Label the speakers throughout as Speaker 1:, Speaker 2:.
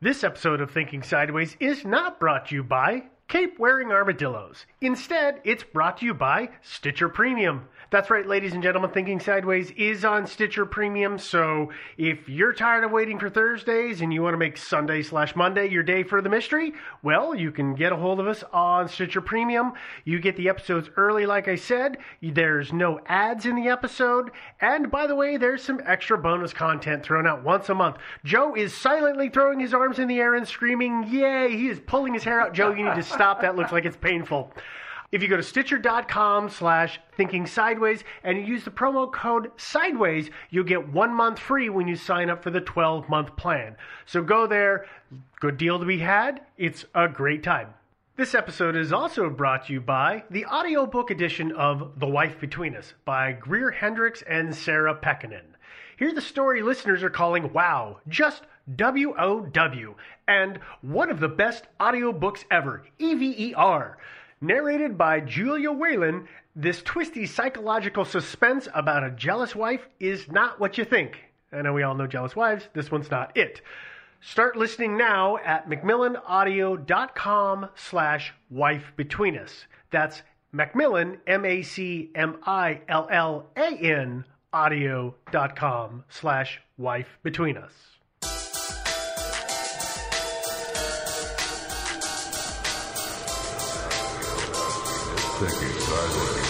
Speaker 1: This episode of Thinking Sideways is not brought to you by Cape Wearing Armadillos. Instead, it's brought to you by Stitcher Premium. That's right, ladies and gentlemen, Thinking Sideways is on Stitcher Premium. So if you're tired of waiting for Thursdays and you want to make Sunday slash Monday your day for the mystery, well, you can get a hold of us on Stitcher Premium. You get the episodes early, like I said. There's no ads in the episode. And by the way, there's some extra bonus content thrown out once a month. Joe is silently throwing his arms in the air and screaming, Yay! He is pulling his hair out. Joe, you need to stop. That looks like it's painful. If you go to stitcher.com slash thinking sideways and you use the promo code sideways, you'll get one month free when you sign up for the 12 month plan. So go there. Good deal to be had. It's a great time. This episode is also brought to you by the audiobook edition of The Wife Between Us by Greer Hendricks and Sarah Pekkanen. Here, the story listeners are calling WOW, just WOW, and one of the best audiobooks ever, E EVER. Narrated by Julia Whalen, this twisty psychological suspense about a jealous wife is not what you think. I know we all know jealous wives, this one's not it. Start listening now at macmillanaudio.com slash wife between us. That's Macmillan, M-A-C-M-I-L-L-A-N, audio.com slash wife between us.
Speaker 2: Thinking sideways.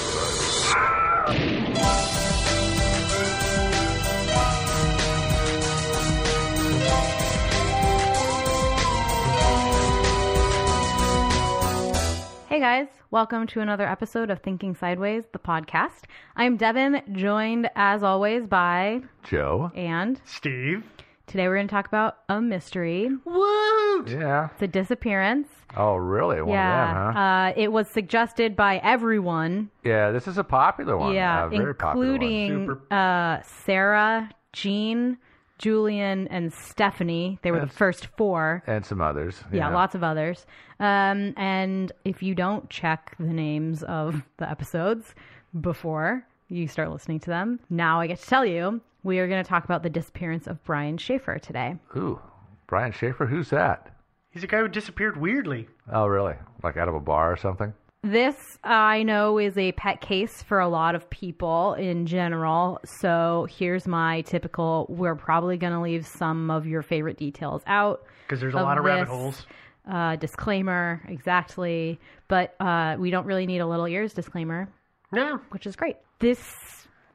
Speaker 3: Hey guys, welcome to another episode of Thinking Sideways, the podcast. I'm Devin, joined as always by
Speaker 2: Joe.
Speaker 3: and
Speaker 1: Steve?
Speaker 3: today we're going to talk about a mystery.
Speaker 1: Woot!
Speaker 2: Yeah.
Speaker 3: It's a disappearance.
Speaker 2: Oh, really? One of them, huh?
Speaker 3: uh, it was suggested by everyone.
Speaker 2: yeah, this is a popular one.
Speaker 3: yeah,
Speaker 2: a very
Speaker 3: including
Speaker 1: Super-
Speaker 3: uh, Sarah, Jean, Julian, and Stephanie. They were the first four.
Speaker 2: popular one. And some others. you
Speaker 3: Yeah,
Speaker 2: know.
Speaker 3: lots of others. Um, and if you don't check the names of the episodes before you start listening to them, now I get to tell you we are going to talk about the disappearance of Brian Schaefer today.
Speaker 2: Ooh, Brian Schaefer, who's that?
Speaker 1: He's a guy who disappeared weirdly.
Speaker 2: Oh, really? Like out of a bar or something?
Speaker 3: This, I know, is a pet case for a lot of people in general. So here's my typical we're probably going to leave some of your favorite details out.
Speaker 1: Because there's a
Speaker 3: of
Speaker 1: lot of rabbit
Speaker 3: this,
Speaker 1: holes.
Speaker 3: Uh, disclaimer, exactly. But uh, we don't really need a little ears disclaimer,
Speaker 1: No,
Speaker 3: which is great. This,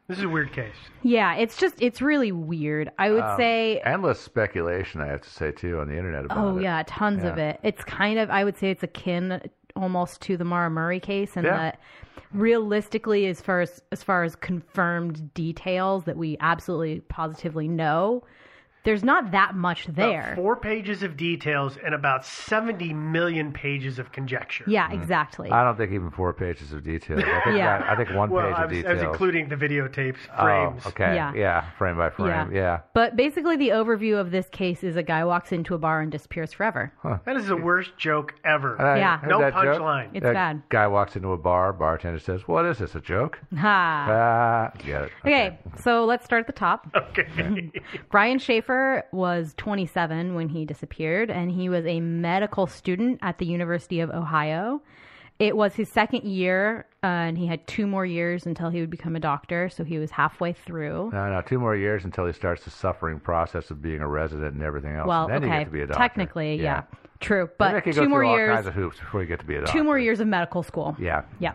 Speaker 1: this is a weird case.
Speaker 3: yeah, it's just, it's really weird. I would
Speaker 2: Um,
Speaker 3: say,
Speaker 2: Endless speculation, I have to say, too, on the internet about
Speaker 3: oh,
Speaker 2: it.
Speaker 3: yeah, tons of
Speaker 2: Yeah.
Speaker 3: it. It's kind of, I would say it's akin almost to the Mara Murray case, and
Speaker 2: Yeah.
Speaker 3: that realistically, as far as, as far as confirmed details that we absolutely positively know, there's not that much there.
Speaker 1: Four pages of details and about 70 million pages of conjecture.
Speaker 3: yeah, exactly.
Speaker 2: Hmm. I don't think even four pages of detail. I think,
Speaker 3: Yeah.
Speaker 2: that- I think one
Speaker 1: Well,
Speaker 2: page
Speaker 1: I
Speaker 2: of
Speaker 1: was, I
Speaker 2: detail.
Speaker 1: was including the videotapes,
Speaker 2: oh,
Speaker 1: frames.
Speaker 2: okay.
Speaker 3: Yeah.
Speaker 2: frame by frame. Yeah.
Speaker 3: But basically, the overview of this case is a guy walks into a bar and disappears forever.
Speaker 1: That is the worst joke ever.
Speaker 2: I
Speaker 3: Yeah.
Speaker 2: heard
Speaker 1: No
Speaker 2: that joke.
Speaker 1: punchline.
Speaker 3: It's
Speaker 2: That
Speaker 3: bad.
Speaker 2: Guy walks into a bar, bartender says, What is this, a joke?
Speaker 3: Ha.
Speaker 2: Ah, get it.
Speaker 3: Okay, so let's start at the top.
Speaker 1: Okay.
Speaker 3: Brian Schaefer was 27 when he disappeared, and he was a medical student at the University of Ohio. It was his second year, uh, and he had two more years until he would become a doctor, so he was halfway through.
Speaker 2: No, no, two more years until he starts the suffering process of being a resident and everything else.
Speaker 3: well,
Speaker 2: and then
Speaker 3: okay,
Speaker 2: you get to be a doctor.
Speaker 3: technically, yeah. true,
Speaker 2: Then I
Speaker 3: but
Speaker 2: could go
Speaker 3: two more
Speaker 2: through all kinds
Speaker 3: years,
Speaker 2: of hoops before you get to be a doctor.
Speaker 3: two more years of medical school.
Speaker 2: Yeah.
Speaker 3: Yeah.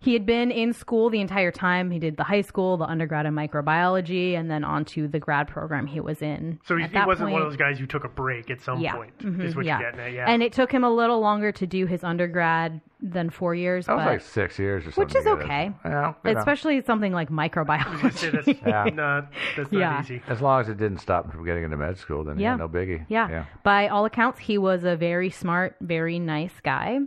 Speaker 3: He had been in school the entire time. He did the high school, the undergrad in microbiology, and then on to the grad program he was in.
Speaker 1: so he,
Speaker 3: At
Speaker 1: he
Speaker 3: that
Speaker 1: wasn't one
Speaker 3: point-
Speaker 1: of those guys who took a break at some
Speaker 3: yeah.
Speaker 1: point,
Speaker 3: Mhm.
Speaker 1: is what
Speaker 3: yeah.
Speaker 1: you're getting at. Yeah.
Speaker 3: And it took him a little longer to do his undergrad than four years.
Speaker 2: That was
Speaker 3: but-
Speaker 2: like six years or something.
Speaker 3: Which is
Speaker 2: to get it.
Speaker 3: okay.
Speaker 2: Well, you know,
Speaker 3: especially something like
Speaker 1: I'd say that's,
Speaker 3: microbiology.
Speaker 1: not, that's not
Speaker 3: Yeah.
Speaker 1: easy.
Speaker 2: as long as it didn't stop him from getting into med school, then yeah,
Speaker 3: Yeah.
Speaker 2: no biggie.
Speaker 3: Yeah.
Speaker 2: yeah.
Speaker 3: By all accounts, he was a very smart, very nice guy.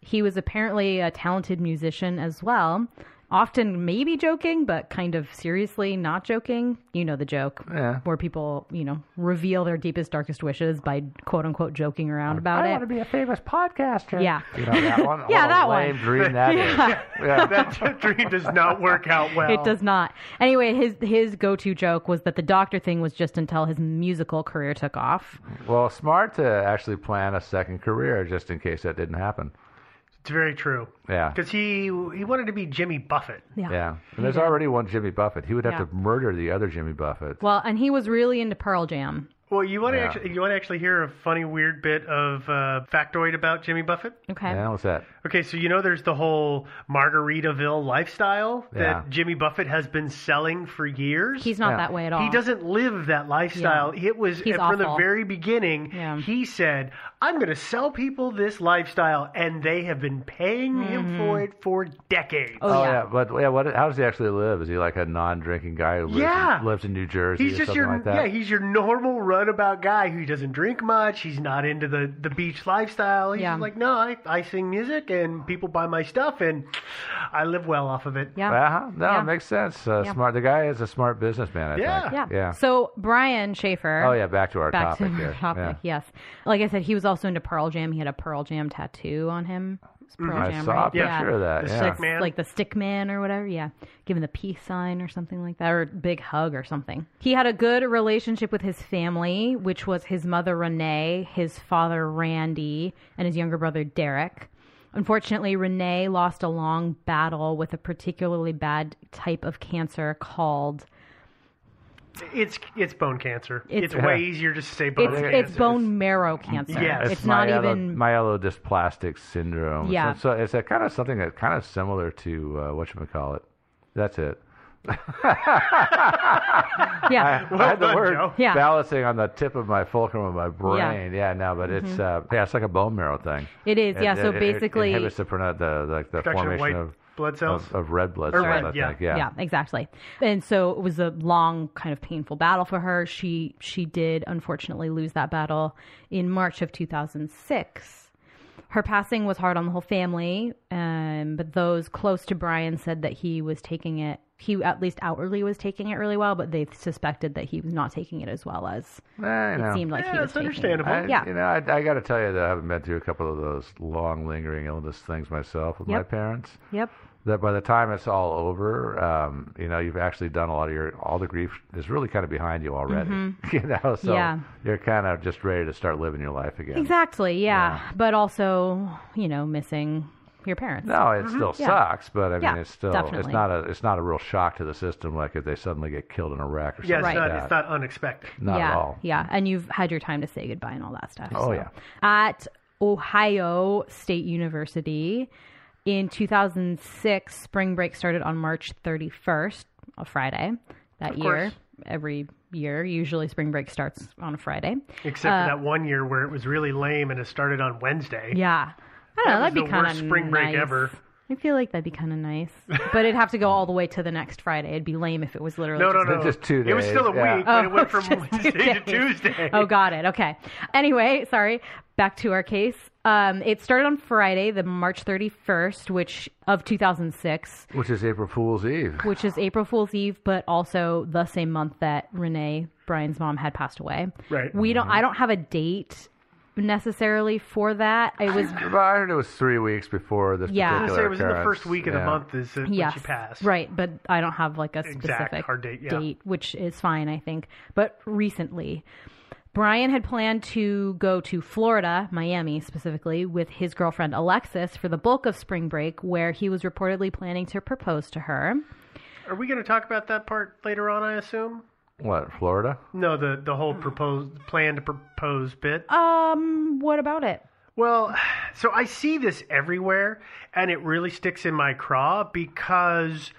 Speaker 3: He was apparently a talented musician as well. often maybe joking, but kind of seriously not joking. You know the joke
Speaker 2: Yeah.
Speaker 3: where people, you know, reveal their deepest, darkest wishes by quote unquote joking around about
Speaker 2: I
Speaker 3: it.
Speaker 2: want to be a famous podcaster.
Speaker 3: Yeah.
Speaker 2: You know, that one, what
Speaker 3: Yeah,
Speaker 2: a
Speaker 3: that one.
Speaker 2: lame dream that is.
Speaker 3: Yeah.
Speaker 2: Yeah.
Speaker 1: that dream does not work out well.
Speaker 3: It does not. Anyway, his his go to joke was that the doctor thing was just until his musical career took off.
Speaker 2: Well, smart to actually plan a second career just in case that didn't happen.
Speaker 1: It's very true.
Speaker 2: Yeah.
Speaker 1: Because he he wanted to be Jimmy Buffett.
Speaker 3: Yeah.
Speaker 2: Yeah. And there's already one Jimmy Buffett. He would have
Speaker 3: Yeah.
Speaker 2: to murder the other Jimmy Buffett.
Speaker 3: Well, and he was really into Pearl Jam.
Speaker 1: Well, you want to
Speaker 2: Yeah.
Speaker 1: actually you want to actually hear a funny weird bit of uh, factoid about Jimmy Buffett?
Speaker 3: Okay.
Speaker 2: Yeah, what's that?
Speaker 1: Okay, so you know there's the whole Margaritaville lifestyle that
Speaker 2: Yeah.
Speaker 1: Jimmy Buffett has been selling for years.
Speaker 3: He's not
Speaker 2: Yeah.
Speaker 3: that way at all.
Speaker 1: He doesn't live that lifestyle. It was uh,
Speaker 3: He's
Speaker 1: from the
Speaker 3: awful.
Speaker 1: very beginning.
Speaker 3: Yeah.
Speaker 1: He said, "I'm going to sell people this lifestyle," and they have been paying him for it for decades.
Speaker 3: Mm-hmm. Oh, yeah.
Speaker 2: but yeah, what? How does he actually live? Is he like a non-drinking guy who lives,
Speaker 1: Yeah.
Speaker 2: in, lives in New Jersey
Speaker 1: He's
Speaker 2: or
Speaker 1: just
Speaker 2: something
Speaker 1: your
Speaker 2: like
Speaker 1: yeah.
Speaker 2: that?
Speaker 1: He's your normal runabout guy who doesn't drink much. He's not into the the beach lifestyle. He's
Speaker 3: Yeah.
Speaker 1: just like, no, I, I sing music and people buy my stuff and I live well off of it.
Speaker 3: yeah.
Speaker 2: uh-huh. No,
Speaker 3: Yeah.
Speaker 2: it makes sense. Uh,
Speaker 3: Yeah.
Speaker 2: Smart. The guy is a smart businessman. I
Speaker 1: Yeah.
Speaker 2: think.
Speaker 3: Yeah.
Speaker 2: Yeah.
Speaker 3: So Brian Schaefer.
Speaker 2: Oh yeah. Back to our
Speaker 3: Back
Speaker 2: topic
Speaker 3: to
Speaker 2: here.
Speaker 3: the topic.
Speaker 2: Yeah.
Speaker 3: Yes. Like I said, he was also into Pearl Jam. He had a Pearl Jam tattoo on him. It's Pearl
Speaker 2: Mm-hmm. I
Speaker 3: Jam,
Speaker 2: saw
Speaker 3: right?
Speaker 2: a picture of that.
Speaker 1: The
Speaker 2: yeah.
Speaker 1: sick man.
Speaker 3: like the stick man or whatever. Yeah. Give him the peace sign or something like that, or big hug or something. He had a good relationship with his family, which was his mother, Renee, his father, Randy, and his younger brother, Derek. Unfortunately, Renee lost a long battle with a particularly bad type of cancer called
Speaker 1: It's it's bone cancer. It's,
Speaker 3: It's-
Speaker 1: way easier just to say bone
Speaker 3: it's,
Speaker 1: cancer.
Speaker 3: it's bone marrow cancer.
Speaker 1: Yes.
Speaker 3: It's,
Speaker 1: It's
Speaker 3: not
Speaker 2: myelo-
Speaker 3: even
Speaker 2: myelodysplastic syndrome.
Speaker 3: Yeah.
Speaker 2: So, so it's a kind of something that's kind of similar to uh, what you call it. That's it.
Speaker 3: yeah.
Speaker 2: I
Speaker 1: Well
Speaker 2: had the
Speaker 1: done,
Speaker 2: word
Speaker 1: Joe.
Speaker 3: Yeah.
Speaker 2: balancing on the tip of my fulcrum of my brain. Yeah, no, but it's uh,
Speaker 3: Mm-hmm.
Speaker 2: yeah, it's like a bone marrow thing.
Speaker 3: It is, yeah. so basically,
Speaker 2: it inhibits the, prono- the, like the
Speaker 1: Production of
Speaker 2: formation
Speaker 1: white
Speaker 2: of,
Speaker 1: blood cells.
Speaker 2: of, of red blood
Speaker 1: Or
Speaker 2: cells.
Speaker 1: red,
Speaker 2: I
Speaker 1: yeah.
Speaker 2: think. Yeah.
Speaker 3: yeah exactly and so it was a long kind of painful battle for her she she did unfortunately lose that battle in march of 2006 her passing was hard on the whole family um, but those close to brian said that he was taking it he at least outwardly was taking it really well but they suspected that he was not taking it as well as
Speaker 2: Eh, you know.
Speaker 3: it seemed like
Speaker 1: Yeah,
Speaker 3: he was
Speaker 1: that's
Speaker 3: taking it.
Speaker 1: understandable.
Speaker 2: I,
Speaker 3: Yeah.
Speaker 2: You know, I, I got to tell you that I haven't been through a couple of those long, lingering illness things myself with my
Speaker 3: Yep.
Speaker 2: parents.
Speaker 3: yep
Speaker 2: That by the time it's all over, um, you know, you've actually done a lot of your, all the grief is really kind of behind you already. You know, so
Speaker 3: Mm-hmm. Yeah.
Speaker 2: you're kind of just ready to start living your life again.
Speaker 3: exactly yeah. but also you know missing your parents
Speaker 2: No, it still
Speaker 3: Mm-hmm. Yeah.
Speaker 2: sucks, but I mean,
Speaker 3: Yeah,
Speaker 2: it's still it's
Speaker 3: definitely.
Speaker 2: not a it's not a real shock to the system like if they suddenly get killed in a wreck or something
Speaker 1: yeah, it's,
Speaker 2: like
Speaker 1: not,
Speaker 2: that.
Speaker 1: it's not unexpected.
Speaker 2: Not
Speaker 3: yeah,
Speaker 2: at all.
Speaker 3: Yeah, and you've had your time to say goodbye and all that stuff.
Speaker 2: Oh, yeah.
Speaker 3: At Ohio State University in 2006, spring break started on March 31st, a Friday that
Speaker 1: Of
Speaker 3: year.
Speaker 1: course.
Speaker 3: Every year, usually spring break starts on a Friday.
Speaker 1: Except for that one year where it was really lame and it started on Wednesday.
Speaker 3: Uh, Yeah. I don't know.
Speaker 1: That was
Speaker 3: That'd be
Speaker 1: the
Speaker 3: kind
Speaker 1: worst
Speaker 3: of
Speaker 1: spring break ever.
Speaker 3: I feel like that'd be kind of nice, but it'd have to go all the way to the next Friday. It'd be lame if it was literally
Speaker 1: No,
Speaker 3: just
Speaker 1: no, no.
Speaker 2: Just two
Speaker 1: It was still a
Speaker 2: days, yeah.
Speaker 1: week, but it went
Speaker 3: Oh,
Speaker 1: from
Speaker 3: just two
Speaker 1: Wednesday to
Speaker 3: days.
Speaker 1: Tuesday.
Speaker 3: Oh, got it. Okay. Anyway, sorry. Back to our case. Um, it started on Friday, the March 31st, which of 2006,
Speaker 2: Which is April Fool's Eve.
Speaker 3: which is April Fool's Eve, but also the same month that Renee Brian's mom had passed away.
Speaker 1: Right.
Speaker 3: We don't. I don't have a date necessarily for that. It was.
Speaker 2: Well, I heard it was three weeks before this
Speaker 3: Yeah. I
Speaker 1: I was gonna
Speaker 2: particular
Speaker 1: say it was in the
Speaker 2: occurrence.
Speaker 1: first week of
Speaker 2: Yeah.
Speaker 1: the month is it, when
Speaker 3: Yes,
Speaker 1: she passed.
Speaker 3: right, but I don't have like a specific
Speaker 1: hard date, yeah.
Speaker 3: date, which is fine, I think. But recently, Brian had planned to go to Florida, Miami specifically, with his girlfriend Alexis for the bulk of spring break, where he was reportedly planning to propose to her.
Speaker 1: Are we going to talk about that part later on? I assume.
Speaker 2: What, Florida?
Speaker 1: No, the the whole
Speaker 3: Uh,
Speaker 1: proposed plan to propose bit.
Speaker 3: Um, what about it?
Speaker 1: Well, so I see this everywhere, and it really sticks in my craw because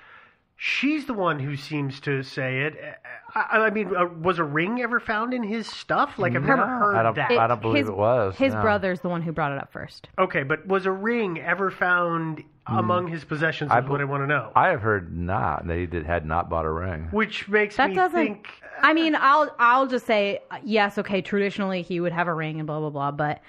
Speaker 1: she's the one who seems to say it. I, I mean, uh, was a ring ever found in his stuff? Like I've never heard
Speaker 2: I don't,
Speaker 1: that.
Speaker 2: I don't believe
Speaker 3: his,
Speaker 2: it was.
Speaker 3: His
Speaker 2: no.
Speaker 3: brother's the one who brought it up first.
Speaker 1: okay, but was a ring ever found among his possessions? Is what I want to know.
Speaker 2: Hmm. I have heard not that he did, had not bought a ring.
Speaker 1: Which makes
Speaker 3: That
Speaker 1: me
Speaker 3: doesn't.
Speaker 1: think.
Speaker 3: I mean, I'll I'll just say uh, yes. Okay, traditionally he would have a ring and blah blah blah, but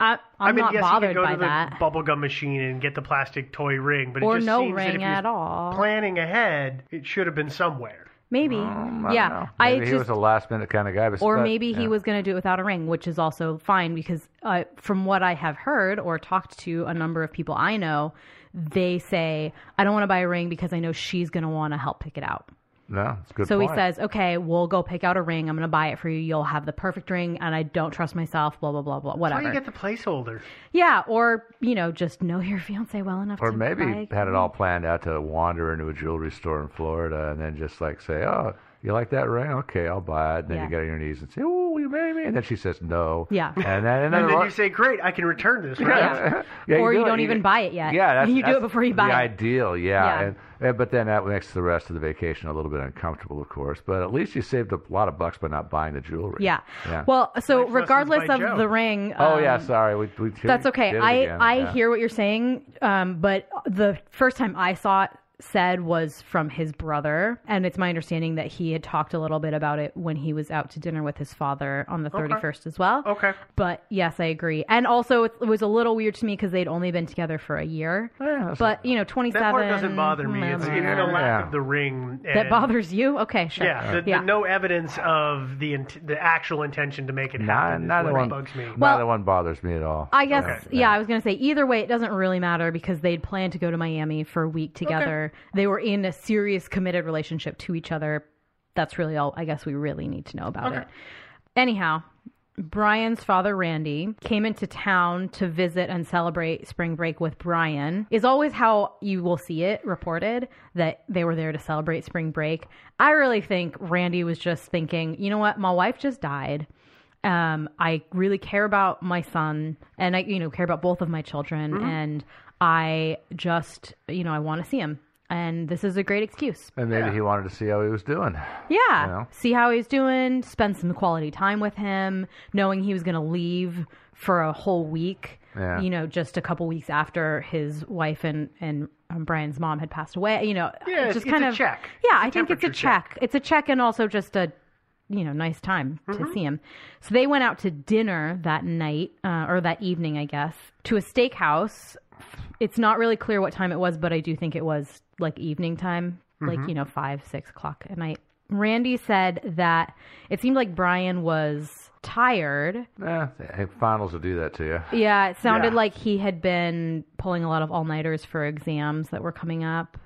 Speaker 3: I, I'm
Speaker 1: I mean,
Speaker 3: not
Speaker 1: yes,
Speaker 3: bothered
Speaker 1: he could go
Speaker 3: by
Speaker 1: to the
Speaker 3: that.
Speaker 1: bubblegum machine and get the plastic toy ring, but it
Speaker 3: Or
Speaker 1: just
Speaker 3: no
Speaker 1: seems that if
Speaker 3: ring
Speaker 1: he was
Speaker 3: at all.
Speaker 1: planning ahead, it should have been somewhere.
Speaker 3: maybe.
Speaker 2: Mm, I
Speaker 3: yeah.
Speaker 2: don't know.
Speaker 3: I
Speaker 2: Maybe
Speaker 3: just
Speaker 2: he was a last minute kind of guy, but
Speaker 3: or
Speaker 2: but-
Speaker 3: maybe he
Speaker 2: yeah.
Speaker 3: was going to do it without a ring, which is also fine because uh, from what I have heard or talked to a number of people I know, they say, I don't want to buy a ring because I know she's going to want to help pick it out.
Speaker 2: No, it's a good.
Speaker 3: So he
Speaker 2: point.
Speaker 3: says, okay, we'll go pick out a ring. I'm going to buy it for you. You'll have the perfect ring. And I don't trust myself, blah, blah, blah, blah,
Speaker 1: Why do you
Speaker 3: whatever.
Speaker 1: get the placeholder?
Speaker 3: yeah. Or, you know, just know your fiance well enough.
Speaker 2: Or
Speaker 3: to
Speaker 2: maybe he
Speaker 3: buy-
Speaker 2: had it all planned out to wander into a jewelry store in Florida and then just like say, "Oh, you like that ring? Okay, I'll buy it." And then
Speaker 3: Yeah.
Speaker 2: you get on your knees and say, "Oh, will you marry me?" And then she says, "No."
Speaker 3: Yeah.
Speaker 2: And then and then,
Speaker 1: And then you say, "Great, I can return this." Right?
Speaker 3: Yeah. Or you
Speaker 2: do it.
Speaker 3: don't even buy it yet.
Speaker 2: e Yeah, that's,
Speaker 3: You do it
Speaker 2: that's
Speaker 3: before you buy
Speaker 2: the
Speaker 3: it.
Speaker 2: Ideal, yeah.
Speaker 3: Yeah.
Speaker 2: And, and- but then that makes the rest of the vacation a little bit uncomfortable, of course. But at least you saved a lot of bucks by not buying the jewelry.
Speaker 3: Yeah.
Speaker 2: Yeah.
Speaker 3: Well, so
Speaker 1: Life lessons
Speaker 3: regardless
Speaker 1: by
Speaker 3: of
Speaker 1: Joe.
Speaker 3: the ring.
Speaker 2: Oh
Speaker 3: um,
Speaker 2: yeah, sorry. We, we
Speaker 3: That's okay.
Speaker 2: did it
Speaker 3: I
Speaker 2: again.
Speaker 3: I
Speaker 2: Yeah.
Speaker 3: hear what you're saying, um, but the first time I saw it said was from his brother, and it's my understanding that he had talked a little bit about it when he was out to dinner with his father on the 31st as well.
Speaker 1: Okay.
Speaker 3: But yes, I agree. And also, it was a little weird to me because they'd only been together for a year.
Speaker 2: Yeah, that's-
Speaker 3: But you know, 27.
Speaker 1: That part doesn't bother me. It's, it's
Speaker 3: blah,
Speaker 1: the
Speaker 3: blah, blah.
Speaker 1: lack
Speaker 2: Yeah.
Speaker 1: of the ring. And,
Speaker 3: that bothers you? Okay, sure.
Speaker 1: Yeah, the, the no evidence of the int- the actual intention to make it
Speaker 2: Nah,
Speaker 1: happen is
Speaker 2: neither
Speaker 1: what
Speaker 2: one
Speaker 1: bugs me.
Speaker 2: Neither one bothers me at all.
Speaker 3: I guess,
Speaker 1: Okay.
Speaker 3: yeah, I was going to say either way, it doesn't really matter because they'd planned to go to Miami for a week together. They were in a serious, committed relationship to each other. That's really all I guess we really need to know about it. Anyhow, Brian's father, Randy, came into town to visit and celebrate spring break with Brian, is always how you will see it reported that they were there to celebrate spring break. I really think Randy was just thinking, you know what, my wife just died. Um, I really care about my son and I, you know, care about both of my children.
Speaker 1: Mm-hmm.
Speaker 3: And I just, you know, I want to see him. And this is a great excuse.
Speaker 2: and maybe he wanted to see how he was doing.
Speaker 3: Yeah.
Speaker 2: know?
Speaker 3: See how he's doing, spend some quality time with him, knowing he was going to leave for a whole week,
Speaker 2: Yeah.
Speaker 3: you know, just a couple weeks after his wife and, and um, Brian's mom had passed away, you know,
Speaker 1: Yeah, it's-
Speaker 3: just
Speaker 1: it's
Speaker 3: kind
Speaker 1: a
Speaker 3: of
Speaker 1: check.
Speaker 3: Yeah,
Speaker 1: It's a
Speaker 3: I think it's a
Speaker 1: temperature check.
Speaker 3: check. It's a check and also just a, you know, nice time
Speaker 1: Mm-hmm.
Speaker 3: to see him. So they went out to dinner that night uh, or that evening, I guess, to a steakhouse. It's not really clear what time it was, but I do think it was like evening time,
Speaker 1: Mm-hmm.
Speaker 3: like, you know, five, six o'clock at night. Randy said that it seemed like Brian was tired.
Speaker 2: Yeah, hey, finals will do that to you.
Speaker 3: Yeah, it sounded
Speaker 1: Yeah.
Speaker 3: like he had been pulling a lot of all nighters for exams that were coming up.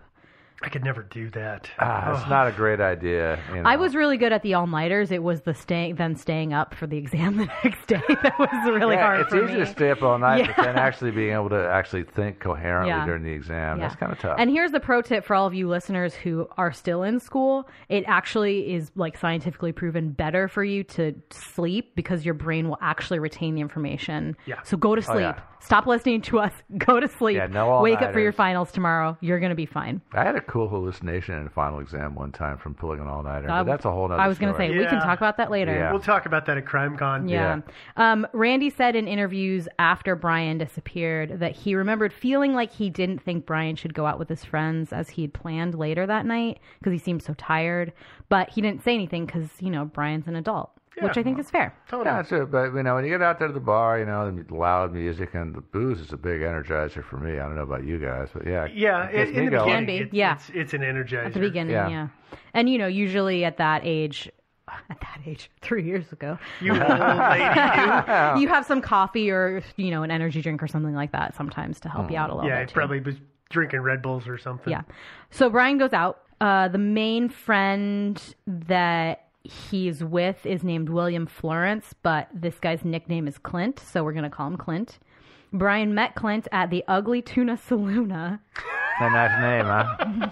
Speaker 1: I could never do that.
Speaker 2: Ah, it's not a great idea. you
Speaker 3: I
Speaker 2: know.
Speaker 3: was really good at the all nighters. It was the staying then staying up for the exam the next day that was really
Speaker 2: Yeah,
Speaker 3: hard
Speaker 2: it's
Speaker 3: for
Speaker 2: easy
Speaker 3: me.
Speaker 2: to stay up all night,
Speaker 3: Yeah.
Speaker 2: but then actually being able to actually think coherently
Speaker 3: Yeah.
Speaker 2: during the exam,
Speaker 3: Yeah.
Speaker 2: that's kind of tough.
Speaker 3: And here's the pro tip for all of you listeners who are still in school. It actually is like scientifically proven better for you to sleep because your brain will actually retain the information.
Speaker 1: Yeah.
Speaker 3: So go to sleep.
Speaker 2: yeah.
Speaker 3: Stop listening to us. Go to sleep.
Speaker 2: Yeah, no all
Speaker 3: Wake up for your
Speaker 2: nighters.
Speaker 3: finals tomorrow. You're going to be fine.
Speaker 2: I had a cool hallucination in a final exam one time from pulling an all-nighter, but
Speaker 3: I-
Speaker 2: that's a whole nother
Speaker 3: I was going to
Speaker 2: story.
Speaker 3: say we can
Speaker 1: Yeah.
Speaker 3: talk about that later.
Speaker 2: Yeah.
Speaker 1: We'll talk about that at Crime Con.
Speaker 3: Yeah. Um, Randy said in interviews after Brian disappeared that he remembered feeling like he didn't think Brian should go out with his friends as he had planned later that night because he seemed so tired. But he didn't say anything because, you know, Brian's an adult, which I think is fair.
Speaker 1: Totally.
Speaker 2: Yeah, that's it. But you know, when you get out there to the bar, you know, the loud music and the booze is a big energizer for me. I don't know about you guys, but yeah,
Speaker 1: Yeah,
Speaker 2: it gets
Speaker 1: in,
Speaker 2: me
Speaker 1: in the
Speaker 2: going.
Speaker 1: beginning,
Speaker 3: Can be,
Speaker 1: it's-
Speaker 3: yeah.
Speaker 1: it's, it's an energizer.
Speaker 3: At the beginning, yeah.
Speaker 2: Yeah.
Speaker 3: And, you know, usually at that age, at that age, three years ago,
Speaker 1: You old lady.
Speaker 3: you have some coffee or, you know, an energy drink or something like that sometimes to help you out a little
Speaker 1: Yeah,
Speaker 3: bit.
Speaker 1: it
Speaker 3: too.
Speaker 1: probably was drinking Red Bulls or something.
Speaker 3: Yeah. So Brian goes out. Uh, the main friend that he's with is named William Florence, but this guy's nickname is Clint, so we're going to call him Clint. Brian met Clint at the Ugly Tuna Saluna.
Speaker 2: A nice name, huh?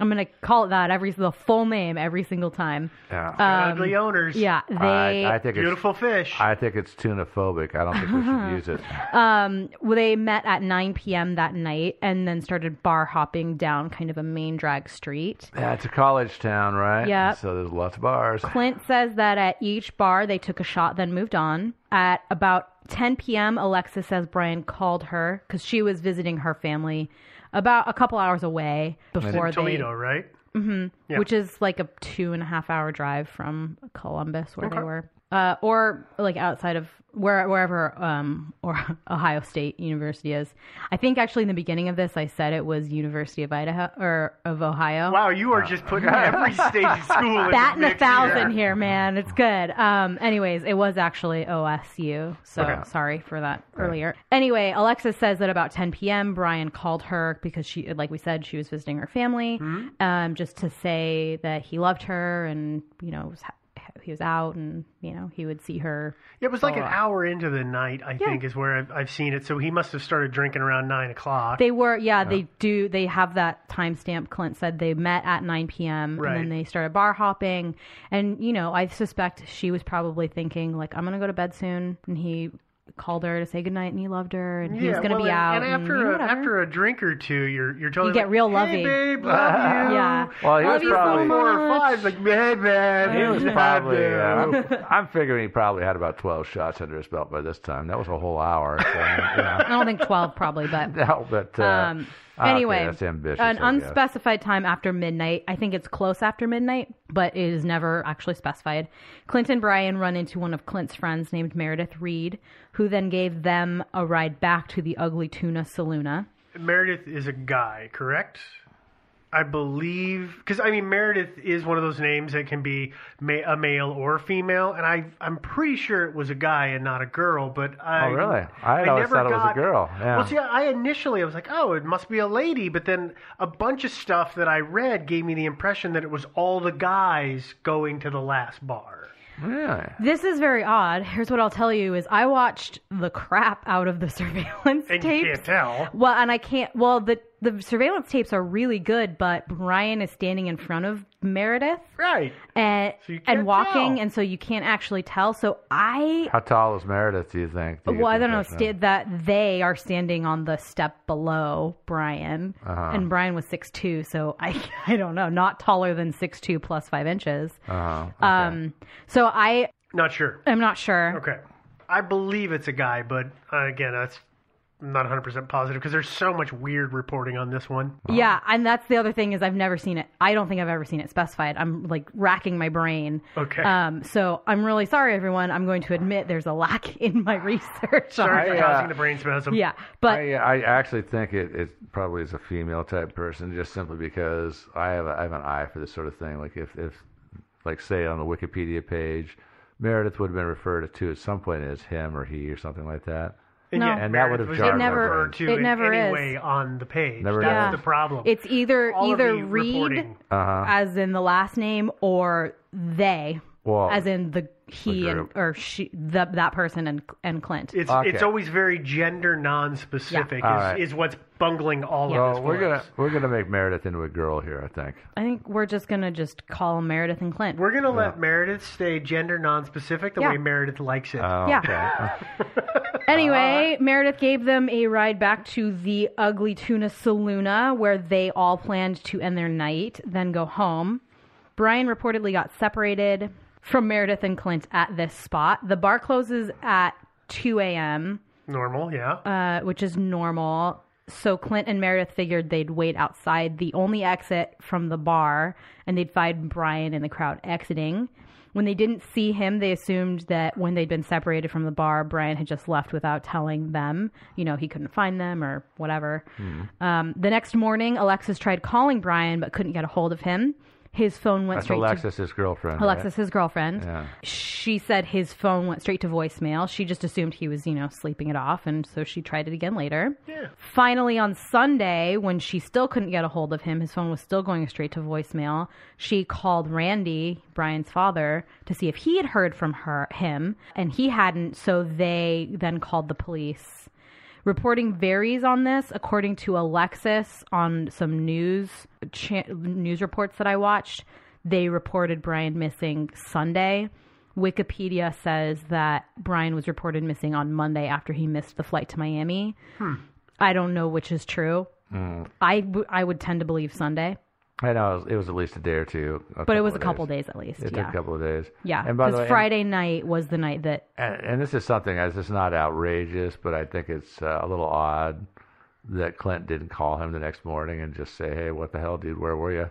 Speaker 3: I'm going to call it that every the full name every single time.
Speaker 2: Yeah.
Speaker 1: Ugly owners.
Speaker 3: Um, Yeah, Uh, they
Speaker 2: I, I think it's
Speaker 1: Beautiful fish.
Speaker 2: I think it's tunaphobic. I don't think we should use it.
Speaker 3: well, they met at 9 p.m. that night and then started bar hopping down kind of a main drag street.
Speaker 2: Yeah, it's a college town, right?
Speaker 3: Yep.
Speaker 2: So there's lots of bars.
Speaker 3: Clint says that at each bar they took a shot, then moved on. At about 10 p.m., Alexa says Brian called her because she was visiting her family about a couple hours away before they,
Speaker 1: Toledo, right?
Speaker 3: which is like a two and a half hour drive from Columbus where they were. uh, or like outside of where, wherever um, or Ohio State University is. I think actually in the beginning of this, I said it was University of Idaho or of Ohio.
Speaker 1: Wow, you are just
Speaker 2: Uh.
Speaker 1: putting every state of school in
Speaker 3: That and
Speaker 1: the
Speaker 3: a
Speaker 1: mix
Speaker 3: thousand
Speaker 1: here.
Speaker 3: here, man. It's good. Um, anyways, it was actually OSU, so sorry for that earlier. Anyway, Alexis says that about 10 p.m., Brian called her because she, like we said, she was visiting her family, um, just to say that he loved her and you know was ha- he was out and you know he would see her.
Speaker 1: It was like an hour into the night, I think, is where I've, I've seen it. So he must have started drinking around nine o'clock.
Speaker 3: They were, yeah, they do. They have that timestamp. Clint said they met at 9 p.m.
Speaker 1: Right.
Speaker 3: and then they started bar hopping. And, you know, I suspect she was probably thinking, like, I'm going to go to bed soon. And he called her to say goodnight and he loved her and he was going to
Speaker 1: well,
Speaker 3: be
Speaker 1: and-
Speaker 3: out.
Speaker 1: And after
Speaker 3: you know,
Speaker 1: a,
Speaker 3: whatever.
Speaker 1: after a drink or two, you're you're totally
Speaker 3: You get
Speaker 1: like,
Speaker 3: real
Speaker 1: "Hey,
Speaker 3: lovey."
Speaker 1: babe, love you.
Speaker 3: Yeah.
Speaker 2: Well, he
Speaker 3: Love
Speaker 2: was
Speaker 3: you so
Speaker 2: probably-
Speaker 3: much.
Speaker 1: four or five, like, hey, man,
Speaker 2: He was
Speaker 1: love
Speaker 2: probably.
Speaker 1: you."
Speaker 2: Uh, I'm, I'm figuring he probably had about 12 shots under his belt by this time. That was a whole hour. So, yeah.
Speaker 3: I don't think 12 probably, but.
Speaker 2: No, but uh,
Speaker 3: Um,
Speaker 2: okay,
Speaker 3: anyway,
Speaker 2: that's ambitious.
Speaker 3: an
Speaker 2: I guess.
Speaker 3: unspecified time after midnight. I think it's close after midnight, but it is never actually specified. Clint and Brian run into one of Clint's friends named Meredith Reed, who then gave them a ride back to the Ugly Tuna Saluna.
Speaker 1: Meredith is a guy, correct? I believe because I mean Meredith is one of those names that can be ma- a male or a female, and I I'm pretty sure it was a guy and not a girl. But I
Speaker 2: Oh, really? I had always
Speaker 1: never
Speaker 2: thought it was a
Speaker 1: got-
Speaker 2: girl, yeah.
Speaker 1: Well, see, I initially I was like, oh, it must be a lady, but then a bunch of stuff that I read gave me the impression that it was all the guys going to the last bar.
Speaker 2: Really?
Speaker 3: This is very odd. Here's what I'll tell you: is I watched the crap out of the surveillance
Speaker 1: And
Speaker 3: tapes.
Speaker 1: you can't tell.
Speaker 3: Well, and I can't. Well, the the surveillance tapes are really good, but Brian is standing in front of Meredith.
Speaker 1: Right.
Speaker 3: and
Speaker 1: So you
Speaker 3: and
Speaker 1: can't
Speaker 3: walking,
Speaker 1: tell.
Speaker 3: and so you can't actually tell. So I,
Speaker 2: How tall is Meredith, do you think? Do you
Speaker 3: well,
Speaker 2: get
Speaker 3: I don't
Speaker 2: the
Speaker 3: know
Speaker 2: impression of-
Speaker 3: sta- that they are standing on the step below Brian,
Speaker 1: Uh-huh.
Speaker 3: and Brian was six two, so I I don't know, not taller than six two plus five inches.
Speaker 2: Uh-huh.
Speaker 3: Um, so I
Speaker 1: Not sure.
Speaker 3: am not sure.
Speaker 1: Okay. I believe it's a guy, but uh, again, that's I'm not 100% positive because there's so much weird reporting on this one.
Speaker 3: Yeah, and that's the other thing is I've never seen it. I don't think I've ever seen it specified. I'm like racking my brain.
Speaker 1: Okay.
Speaker 3: Um, so I'm really sorry, everyone. I'm going to admit there's a lack in my research. on
Speaker 1: Sorry for
Speaker 2: I,
Speaker 3: that.
Speaker 2: uh,
Speaker 1: causing the brain spasm.
Speaker 3: yeah, but
Speaker 2: I, I actually think it, it probably is a female type person, just simply because I have a, I have an eye for this sort of thing. Like if, if like say on the Wikipedia page, Meredith would have been referred to at some point as him or he or something like that.
Speaker 1: And,
Speaker 3: No.
Speaker 1: yet
Speaker 2: And that
Speaker 1: Meredith
Speaker 2: would have
Speaker 1: was
Speaker 2: jarred
Speaker 3: It
Speaker 2: my
Speaker 3: never-
Speaker 1: referred
Speaker 2: brain.
Speaker 1: to
Speaker 3: it
Speaker 1: in
Speaker 3: never
Speaker 1: any
Speaker 3: is.
Speaker 1: way on the page.
Speaker 2: Never
Speaker 1: That's
Speaker 3: is.
Speaker 1: the problem.
Speaker 3: It's either
Speaker 1: All of
Speaker 3: either
Speaker 1: the
Speaker 3: read
Speaker 1: reporting.
Speaker 2: Uh-huh.
Speaker 3: as in the last name or they
Speaker 2: Well,
Speaker 3: as in the he
Speaker 2: the
Speaker 3: and
Speaker 2: group.
Speaker 3: or she the, that person and and Clint.
Speaker 1: it's,
Speaker 2: Okay.
Speaker 1: it's always very gender non-specific
Speaker 2: All
Speaker 1: is,
Speaker 2: right.
Speaker 1: is what's bungling all of
Speaker 2: well,
Speaker 1: this
Speaker 2: we're
Speaker 1: for us.
Speaker 2: gonna we're gonna make Meredith into a girl here. I think.
Speaker 3: I think we're just gonna just call Meredith and Clint.
Speaker 1: We're going to let Meredith stay gender non-specific the
Speaker 3: Yeah.
Speaker 1: way Meredith likes it.
Speaker 2: Oh,
Speaker 3: Yeah.
Speaker 2: okay.
Speaker 3: Anyway, Meredith gave them a ride back to the Ugly Tuna Saluna where they all planned to end their night, then go home. Brian reportedly got separated from Meredith and Clint at this spot. The bar closes at 2 a.m.
Speaker 1: Normal, yeah.
Speaker 3: uh, which is normal. So Clint and Meredith figured they'd wait outside the only exit from the bar, and they'd find Brian in the crowd exiting. When they didn't see him, they assumed that when they'd been separated from the bar, Brian had just left without telling them. You know, he couldn't find them or whatever.
Speaker 2: Hmm.
Speaker 3: Um, the next morning, Alexis tried calling Brian but couldn't get a hold of him. His phone went
Speaker 2: That's
Speaker 3: straight to
Speaker 2: Alexis, his girlfriend. right?
Speaker 3: Alexis, his girlfriend. She said his phone went straight to voicemail. She just assumed he was, you know, sleeping it off, and so she tried it again later.
Speaker 1: Yeah.
Speaker 3: Finally, on Sunday, when she still couldn't get a hold of him, his phone was still going straight to voicemail. She called Randy, Brian's father, to see if he had heard from her him, and he hadn't. So they then called the police. Reporting varies on this, according to Alexis on some news cha- news reports that I watched. They reported Brian missing Sunday. Wikipedia says that Brian was reported missing on Monday after he missed the flight to Miami. I don't know which is true.
Speaker 2: Hmm.
Speaker 3: I I, w- I would tend to believe Sunday,
Speaker 2: I know it was, it was at least a day or two.
Speaker 3: but it was a couple days, at least.
Speaker 2: It
Speaker 3: yeah.
Speaker 2: took a couple of days.
Speaker 3: yeah.
Speaker 2: And by the
Speaker 3: Because
Speaker 2: way, and-
Speaker 3: Friday night was the night that
Speaker 2: and, and this is something as it's not outrageous, but I think it's uh, a little odd that Clint didn't call him the next morning and just say, "Hey, what the hell, dude? Where were you?"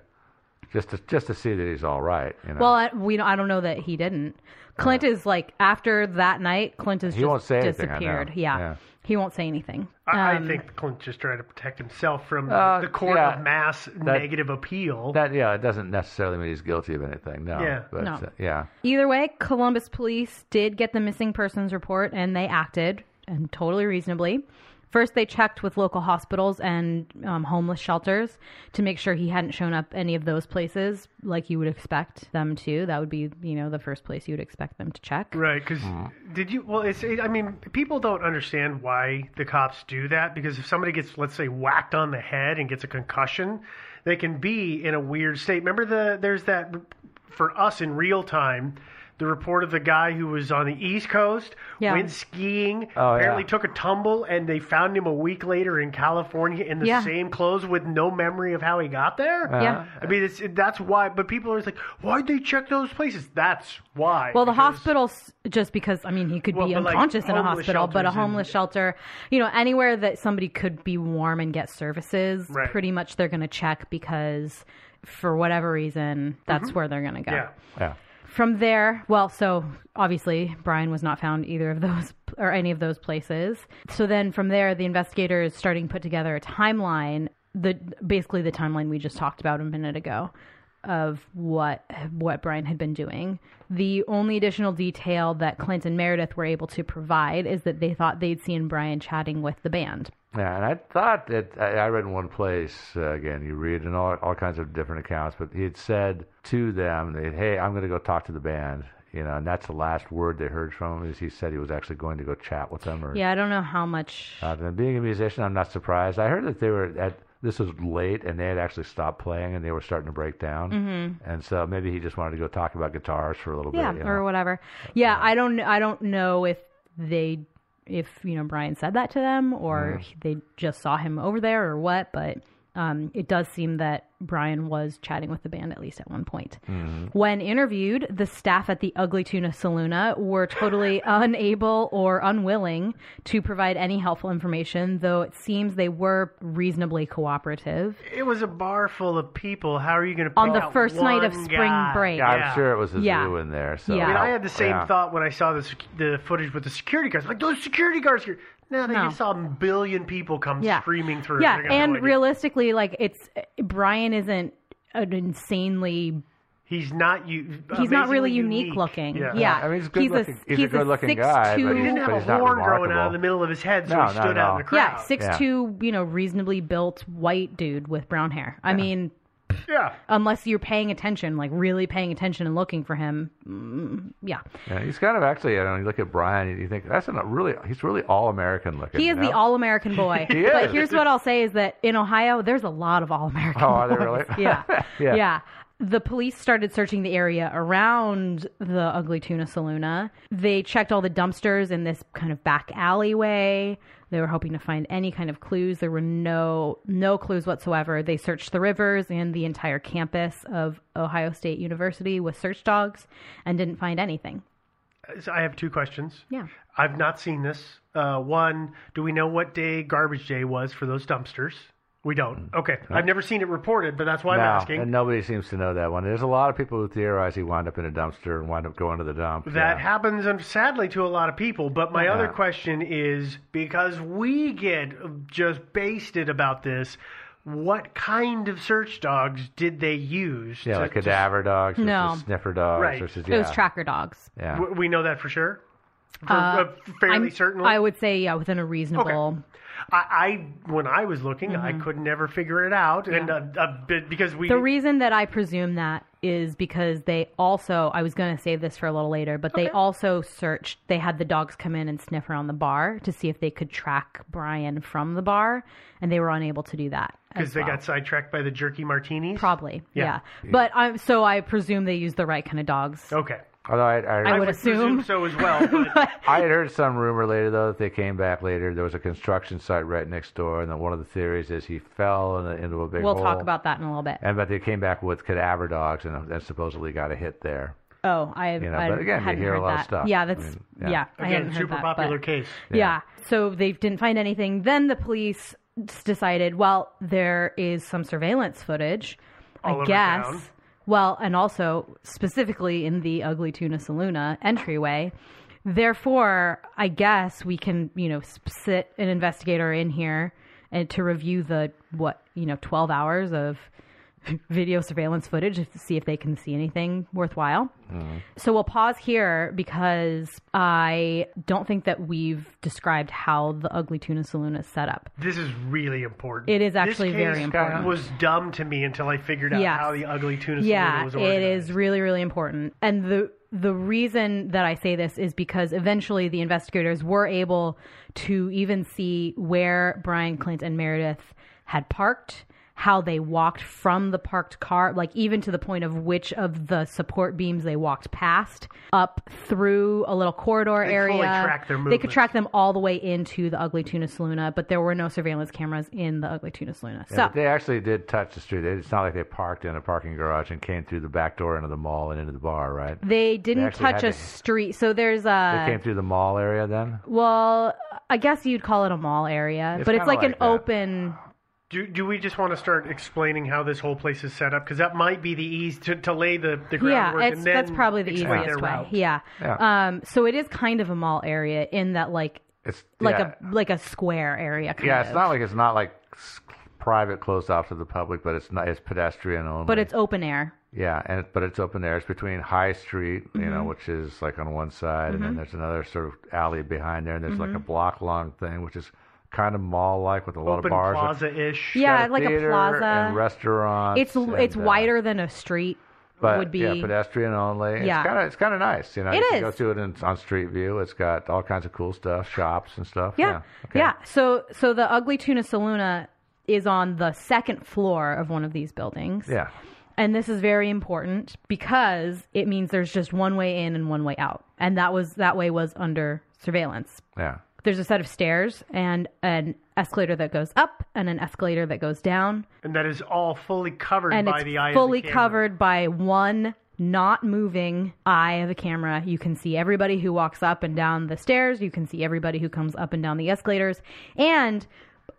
Speaker 2: just to just to see that he's all right. You know,
Speaker 3: Well, I, we don't, I don't know that he didn't. Clint is like after that night, Clint has
Speaker 2: He
Speaker 3: just
Speaker 2: won't say anything, I know.
Speaker 3: disappeared. Yeah.
Speaker 2: Yeah.
Speaker 3: he won't say anything.
Speaker 1: I,
Speaker 3: Um,
Speaker 1: I think Clint just tried to protect himself from
Speaker 2: Uh,
Speaker 1: the court
Speaker 2: yeah.
Speaker 1: of mass negative appeal.
Speaker 2: that yeah, it doesn't necessarily mean he's guilty of anything. No,
Speaker 1: Yeah.
Speaker 2: but
Speaker 3: No.
Speaker 2: uh, yeah,
Speaker 3: Either way, Columbus police did get the missing persons report and they acted and totally reasonably. First, they checked with local hospitals and um, homeless shelters to make sure he hadn't shown up any of those places like you would expect them to. That would be, you know, the first place you would expect them to check.
Speaker 1: Right, because
Speaker 2: Hmm.
Speaker 1: did you? Well, it's. It, I mean, people don't understand why the cops do that because if somebody gets, let's say, whacked on the head and gets a concussion, they can be in a weird state. Remember the there's that for us in real time. The report of the guy who was on the East Coast
Speaker 3: Yeah.
Speaker 1: went skiing,
Speaker 2: Oh, yeah.
Speaker 1: apparently took a tumble, and they found him a week later in California in the
Speaker 3: Yeah.
Speaker 1: same clothes with no memory of how he got there.
Speaker 3: Yeah.
Speaker 1: I mean, it's, that's why. But people are like, "Why'd they check those places?" That's why.
Speaker 3: Well, the
Speaker 1: Because-
Speaker 3: hospitals, just because, I mean, he could
Speaker 1: Well,
Speaker 3: be
Speaker 1: but, like,
Speaker 3: unconscious in a
Speaker 1: homeless
Speaker 3: hospital, but a
Speaker 1: shelters and-
Speaker 3: homeless shelter, you know, anywhere that somebody could be warm and get services,
Speaker 1: Right.
Speaker 3: pretty much they're going to check because for whatever reason, that's where they're going to go.
Speaker 1: Mm-hmm. Yeah.
Speaker 2: yeah.
Speaker 3: From there, well, so obviously Brian was not found either of those or any of those places. So then from there, the investigators starting to put together a timeline, the basically the timeline we just talked about a minute ago of what what Brian had been doing. The only additional detail that Clint and Meredith were able to provide is that they thought they'd seen Brian chatting with the band.
Speaker 2: Yeah, and I thought that I I read in one place uh, again. You read in all all kinds of different accounts, but he had said to them that, "Hey, I'm going to go talk to the band," you know, and that's the last word they heard from him. Is he said he was actually going to go chat with them, or
Speaker 3: Yeah, I don't know how much
Speaker 2: Uh, and being a musician, I'm not surprised. I heard that they were at this was late, and they had actually stopped playing, and they were starting to break down. Mm-hmm. And so maybe he just wanted to go talk about guitars for a little
Speaker 3: yeah
Speaker 2: bit. you
Speaker 3: or
Speaker 2: know.
Speaker 3: whatever yeah i don't i don't know if they if you know brian said that to them or they just saw him over there or what but um, it does seem that Brian was chatting with the band at least at one point. When interviewed, the staff at the Ugly Tuna Saluna were totally unable or unwilling to provide any helpful information, though it seems they were reasonably cooperative.
Speaker 1: It was a bar full of people. How are you going to
Speaker 3: On the first night of spring break.
Speaker 2: Yeah,
Speaker 1: Yeah.
Speaker 2: I'm sure it was his
Speaker 3: Yeah.
Speaker 2: zoo in there. So
Speaker 3: Yeah.
Speaker 1: I mean, I had the same
Speaker 2: Yeah.
Speaker 1: thought when I saw the sec- the footage with the security guards. Like those security guards here. No, they
Speaker 3: No.
Speaker 1: just saw a billion people come screaming through.
Speaker 3: Yeah,
Speaker 1: They got no
Speaker 3: and
Speaker 1: idea.
Speaker 3: realistically, like it's Brian isn't an insanely
Speaker 1: he's not you.
Speaker 3: he's not really unique, looking. Yeah,
Speaker 2: I mean, he's good looking- he's a good looking guy, but
Speaker 1: He
Speaker 3: 6'2"
Speaker 1: didn't have
Speaker 2: But
Speaker 1: a
Speaker 2: he's not
Speaker 1: horn growing out
Speaker 2: remarkable.
Speaker 1: of the middle of his head, so he
Speaker 2: No, no,
Speaker 1: stood out in
Speaker 2: no.
Speaker 1: the
Speaker 3: yeah,
Speaker 1: crowd.
Speaker 3: six two, you know, reasonably built white dude with brown hair. I mean,
Speaker 1: yeah.
Speaker 3: unless you're paying attention, like really paying attention and looking for him, mm, yeah,
Speaker 2: Yeah, he's kind of actually. You know, you look at Brian, you think that's a really. He's really all American looking.
Speaker 3: he is
Speaker 2: you
Speaker 3: the
Speaker 2: know?
Speaker 3: all American boy.
Speaker 2: He is.
Speaker 3: But here's what I'll say is that in Ohio, there's a lot of all American.
Speaker 2: Oh, are there really?
Speaker 3: yeah. yeah.
Speaker 2: Yeah.
Speaker 3: The police started searching the area around the Ugly Tuna Saluna. They checked all the dumpsters in this kind of back alleyway. They were hoping to find any kind of clues. There were no no clues whatsoever. They searched the rivers and the entire campus of Ohio State University with search dogs and didn't find anything.
Speaker 1: So I have two questions.
Speaker 3: Yeah.
Speaker 1: I've not seen this. Uh, one, do we know what day garbage day was for those dumpsters? We don't. Okay, I've never seen it reported, but that's why
Speaker 2: Mm. No,
Speaker 1: I'm asking.
Speaker 2: and nobody seems to know that one. There's a lot of people who theorize he wound up in a dumpster and wound up going to the dump.
Speaker 1: That
Speaker 2: yeah.
Speaker 1: happens, um, sadly, to a lot of people. But my other question is because we get just basted about this, what kind of search dogs did they use?
Speaker 2: yeah,
Speaker 1: to-
Speaker 2: like
Speaker 1: to-
Speaker 2: cadaver dogs, versus
Speaker 3: No.
Speaker 2: sniffer dogs,
Speaker 1: Right.
Speaker 2: versus
Speaker 3: It was
Speaker 2: yeah,
Speaker 3: tracker dogs.
Speaker 2: yeah.
Speaker 1: w- we know that for sure. For, uh, fairly
Speaker 3: I'm-
Speaker 1: certainly.
Speaker 3: I would say yeah, within a reasonable
Speaker 1: I, I when I was looking, I could never figure it out, and uh, uh, be- because we
Speaker 3: Mm-hmm. The reason that I presume that is because they also, I was going to save this for a little later, but they also searched, they had the dogs come in and sniff around the bar to see if they could track Brian from the bar, and they were unable to do that.
Speaker 1: because
Speaker 3: as
Speaker 1: they
Speaker 3: well.
Speaker 1: got sidetracked by the jerky martinis.
Speaker 3: Probably, yeah.
Speaker 1: Yeah.
Speaker 3: But I'm so I presume they used the right kind of dogs.
Speaker 1: Okay,
Speaker 2: Although I, I,
Speaker 3: I
Speaker 2: I,
Speaker 3: would
Speaker 1: presume
Speaker 3: assume.
Speaker 1: so as well. but-
Speaker 2: had heard some rumor later though that they came back later. There was a construction site right next door, and then one of the theories is he fell in a, into a big
Speaker 3: We'll
Speaker 2: hole.
Speaker 3: talk about that in a little bit.
Speaker 2: And but they came back with cadaver dogs, and, and supposedly got a hit there.
Speaker 3: Oh, I,
Speaker 2: know,
Speaker 3: I
Speaker 2: but again, you
Speaker 3: hadn't
Speaker 2: hear a
Speaker 3: heard
Speaker 2: lot of
Speaker 3: that.
Speaker 2: stuff.
Speaker 3: Yeah,
Speaker 2: I
Speaker 3: that's
Speaker 2: mean,
Speaker 3: yeah.
Speaker 2: yeah.
Speaker 3: I hadn't
Speaker 1: Again,
Speaker 3: heard
Speaker 1: super
Speaker 3: that,
Speaker 1: popular
Speaker 3: but-
Speaker 1: case.
Speaker 3: Yeah. So they didn't find anything. Then the police s- decided, well, there is some surveillance footage.
Speaker 1: All
Speaker 3: I
Speaker 1: over
Speaker 3: guess
Speaker 1: town.
Speaker 3: Well, and also specifically in the Ugly Tuna Saluna entryway. Therefore, I guess we can, you know, s- sit an investigator in here and to review the what, you know, 12 hours of video surveillance footage to see if they can see anything worthwhile. So we'll pause here because I don't think that we've described how the Ugly Tuna Saloon is set up.
Speaker 1: This is really important.
Speaker 3: It is
Speaker 1: This
Speaker 3: actually very
Speaker 1: case
Speaker 3: important.
Speaker 1: Was dumb to me until I figured out
Speaker 3: Yes.
Speaker 1: how the ugly tuna
Speaker 3: yeah,
Speaker 1: saluna was
Speaker 3: it
Speaker 1: organized.
Speaker 3: is really really important. And the the reason that I say this is because eventually the investigators were able to even see where Brian Clint and Meredith had parked, how they walked from the parked car, like even to the point of which of the support beams they walked past up through a little corridor area.
Speaker 1: fully tracked their
Speaker 3: they could
Speaker 1: movements.
Speaker 3: track them all the way into the Ugly Tuna Saluna, but there were no surveillance cameras in the Ugly Tuna Saluna.
Speaker 2: Yeah,
Speaker 3: so
Speaker 2: but they actually did touch the street. It's not like they parked in a parking garage and came through the back door into the mall and into the bar, right?
Speaker 3: They didn't
Speaker 2: actually
Speaker 3: touch
Speaker 2: had
Speaker 3: a
Speaker 2: to-
Speaker 3: street. So there's
Speaker 2: They
Speaker 3: a
Speaker 2: came through the mall area then.
Speaker 3: well, I guess you'd call it a mall area,
Speaker 2: It's
Speaker 3: but it's
Speaker 2: kinda
Speaker 3: like, an
Speaker 2: like that.
Speaker 3: open.
Speaker 1: Do, do we just want to start explaining how this whole place is set up? Because that might be the ease to, to lay the, the
Speaker 3: Yeah,
Speaker 1: groundwork.
Speaker 3: it's,
Speaker 1: and then
Speaker 3: that's probably the
Speaker 1: explain
Speaker 3: easiest
Speaker 1: their
Speaker 3: way.
Speaker 1: route.
Speaker 3: Yeah.
Speaker 2: Yeah.
Speaker 3: Um. So it is kind of a mall area in that like
Speaker 2: It's
Speaker 3: like
Speaker 2: yeah.
Speaker 3: a like a square area. Kind
Speaker 2: yeah. It's
Speaker 3: of.
Speaker 2: not like it's not like s- private, closed off to the public, but it's not. It's pedestrian only.
Speaker 3: But it's open air.
Speaker 2: Yeah, and but it's open air. It's between High Street, you
Speaker 3: Mm-hmm.
Speaker 2: know, which is like on one side, and then there's another sort of alley behind there, and there's like a
Speaker 3: Mm-hmm.
Speaker 2: block long thing, which is kind of mall like with a lot
Speaker 1: Open
Speaker 2: of bars.
Speaker 1: plaza ish.
Speaker 2: It's
Speaker 3: Yeah,
Speaker 2: got
Speaker 3: like a
Speaker 2: theater
Speaker 3: plaza.
Speaker 2: and restaurants.
Speaker 3: it's
Speaker 2: and,
Speaker 3: it's
Speaker 2: uh,
Speaker 3: wider than a street
Speaker 2: but
Speaker 3: would be.
Speaker 2: yeah, pedestrian only.
Speaker 3: Yeah.
Speaker 2: it's kind of it's kind of nice, you know.
Speaker 3: It
Speaker 2: you can
Speaker 3: is.
Speaker 2: go through it in, on Street View. It's got all kinds of cool stuff, shops and stuff.
Speaker 3: Yeah.
Speaker 2: yeah. Okay.
Speaker 3: Yeah. So so the Ugly Tuna Saluna is on the second floor of one of these buildings.
Speaker 2: Yeah.
Speaker 3: And this is very important because it means there's just one way in and one way out. And that was that way was under surveillance.
Speaker 2: Yeah.
Speaker 3: There's a set of stairs and an escalator that goes up and an escalator that goes down
Speaker 1: And that is all fully covered
Speaker 3: and
Speaker 1: by
Speaker 3: it's
Speaker 1: the eye
Speaker 3: fully
Speaker 1: of the camera.
Speaker 3: covered by one not moving eye of a camera. You can see everybody who walks up and down the stairs. You can see everybody who comes up and down the escalators. And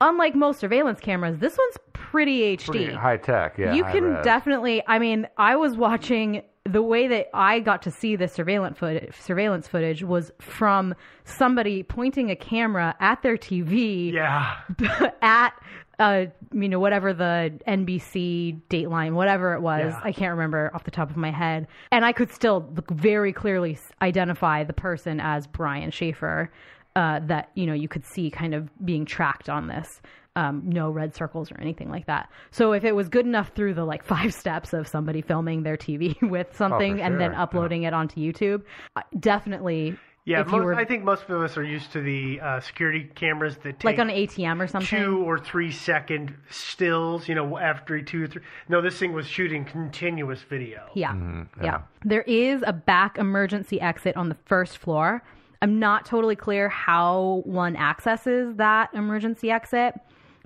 Speaker 3: unlike most surveillance cameras, this one's pretty HD.
Speaker 2: Pretty high tech. Yeah.
Speaker 3: you
Speaker 2: high
Speaker 3: can
Speaker 2: res.
Speaker 3: definitely. I mean, I was watching the way that I got to see the surveillance footage. Surveillance footage was from somebody pointing a camera at their TV
Speaker 1: Yeah.
Speaker 3: at uh you know whatever the NBC Dateline whatever it was
Speaker 1: Yeah.
Speaker 3: I can't remember off the top of my head and I could still look very clearly s- identify the person as Brian Schaefer uh that you know you could see kind of being tracked on this um no red circles or anything like that so if it was good enough through the like five steps of somebody filming their TV with
Speaker 1: Oh,
Speaker 3: something and then
Speaker 2: sure. Yeah.
Speaker 3: uploading it onto YouTube I- definitely
Speaker 1: Yeah.
Speaker 3: if you
Speaker 1: Most,
Speaker 3: were
Speaker 1: I think most of us are used to the uh, security cameras that take
Speaker 3: like on an ATM or something
Speaker 1: two or three second stills, you know, after two, three. No, this thing was shooting continuous video.
Speaker 3: Yeah. yeah. There is a back emergency exit on the first floor. I'm not totally clear how one accesses that emergency exit,